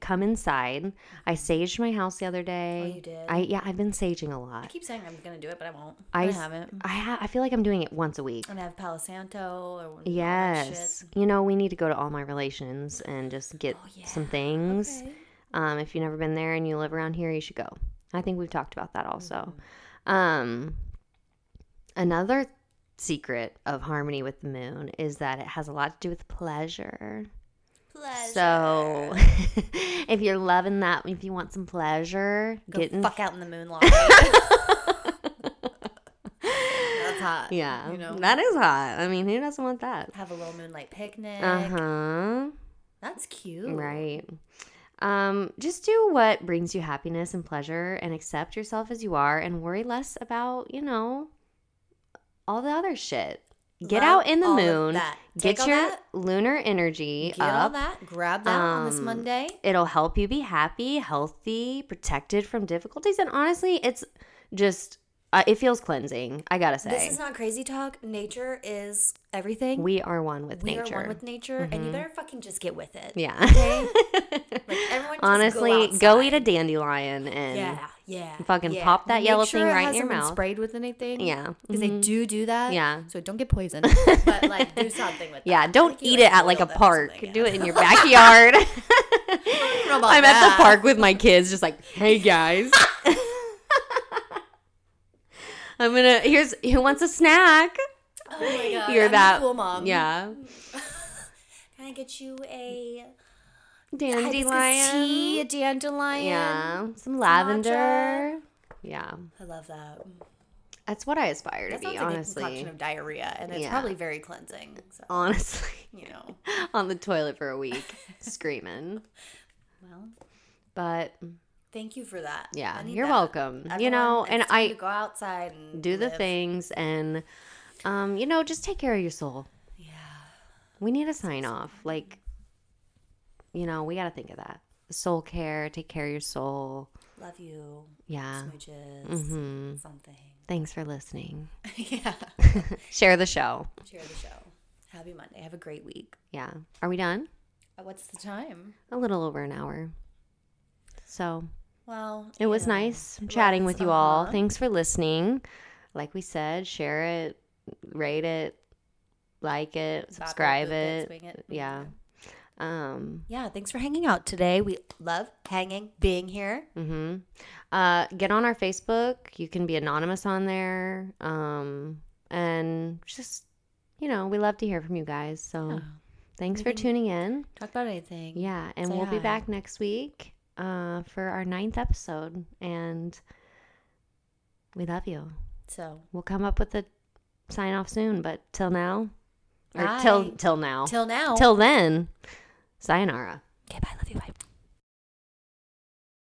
S2: come inside. I saged my house the other
S1: oh,
S2: day.
S1: you did.
S2: I yeah, I've been saging a
S1: I
S2: lot.
S1: keep saying I'm gonna do it, but I won't.
S2: I
S1: I,
S2: s-
S1: haven't.
S2: I ha- I feel like I'm doing it once a week.
S1: I'm gonna have Palo Santo or all that
S2: Yes,
S1: shit.
S2: you know we need to go to all my relations and just get
S1: Oh, yeah.
S2: some things.
S1: Okay.
S2: Um, if you've never been there and you live around here, you should go. I think we've talked about that also.
S1: Mm-hmm.
S2: Um, another secret of harmony with the moon is that it has a lot to do with pleasure.
S1: Pleasure.
S2: So, if you're loving that, if you want some pleasure,
S1: Go
S2: getting
S1: fuck out in the moonlight. That's hot.
S2: yeah,
S1: You know,
S2: that is hot. I mean, who doesn't want that?
S1: have a little moonlight picnic.
S2: Uh huh.
S1: That's cute.
S2: Right. Um, just do what brings you happiness and pleasure and accept yourself as you are and worry less about, you know, all the other shit.
S1: Love
S2: Get out in the
S1: all of
S2: moon.
S1: that.
S2: Get
S1: Take all
S2: your
S1: that,
S2: lunar energy
S1: get all
S2: up.
S1: that. Grab that on this
S2: Um,
S1: Monday.
S2: It'll help you be happy, healthy, protected from difficulties. And honestly, it's just, uh, it feels cleansing. I gotta say.
S1: This is not crazy talk. Nature is everything.
S2: we are one with
S1: We
S2: nature. Mm-hmm.
S1: are one with nature, and you better fucking just get with it.
S2: yeah.
S1: Okay? like everyone. Just
S2: honestly,
S1: go,
S2: go,
S1: outside.
S2: eat a dandelion and.
S1: Yeah, yeah.
S2: Fucking
S1: yeah.
S2: pop that
S1: Make
S2: yellow
S1: sure
S2: thing
S1: it
S2: right in
S1: hasn't
S2: your
S1: been
S2: mouth.
S1: Sprayed with anything.
S2: Yeah. Mm-hmm.
S1: because they do do that.
S2: Yeah.
S1: So don't get poisoned, but like do something with.
S2: Yeah,
S1: that.
S2: don't
S1: Like, you,
S2: eat
S1: like,
S2: it at like
S1: boil
S2: a
S1: them or
S2: park.
S1: something,
S2: Do
S1: yeah.
S2: it in your backyard.
S1: I don't know about
S2: I'm at the
S1: that.
S2: park with my kids, just like, hey guys. I'm gonna. Here's who wants a snack.
S1: Oh my god,
S2: You're
S1: I'm the
S2: that-
S1: cool mom.
S2: Yeah,
S1: Can I get you a hibiscus tea, a
S2: dandelion.
S1: dandelion?
S2: Yeah, some lavender. Yeah,
S1: I love that.
S2: that's what I aspire to
S1: That
S2: be.
S1: sounds like a
S2: Honestly,
S1: concoction of diarrhea, and it's
S2: Yeah.
S1: probably very cleansing. So
S2: honestly,
S1: you know,
S2: on the toilet for a week, screaming.
S1: well,
S2: But
S1: thank you for that.
S2: yeah,
S1: I need
S2: you're
S1: that.
S2: welcome. you
S1: Everyone,
S2: know,
S1: it's
S2: and
S1: time
S2: I
S1: to go outside and
S2: do the
S1: live.
S2: things and um you know just take care of your soul
S1: Yeah,
S2: we need a sign off like you know we got to think of that soul care take care of your soul
S1: love you,
S2: yeah
S1: smooches,
S2: hmm
S1: something.
S2: thanks for listening
S1: yeah,
S2: share the show
S1: share the show. Happy Monday. Have a great week.
S2: yeah are we done
S1: Uh, What's the time?
S2: a little over an hour so
S1: Well,
S2: it was
S1: you know,
S2: nice
S1: it
S2: chatting
S1: was,
S2: with you all
S1: uh-huh.
S2: thanks for listening like we said share it rate it like it
S1: Bop
S2: subscribe
S1: boop it,
S2: it
S1: swing it.
S2: yeah um
S1: Yeah, thanks for hanging out today. We love hanging, being here.
S2: Mm-hmm. Uh, get on our Facebook. You can be anonymous on there. Um, and just, you know, we love to hear from you guys. So thanks
S1: We
S2: for
S1: can-
S2: tuning in.
S1: Oh, Talk about anything.
S2: Oh. Yeah. And
S1: Say
S2: we'll be
S1: hi.
S2: back next week uh, for our ninth episode. And we love you.
S1: So,
S2: We'll come up with a sign off soon. But till now, or till,
S1: Bye.
S2: till now,
S1: till now.
S2: till then, sayonara.
S1: okay, bye. Love you. Bye.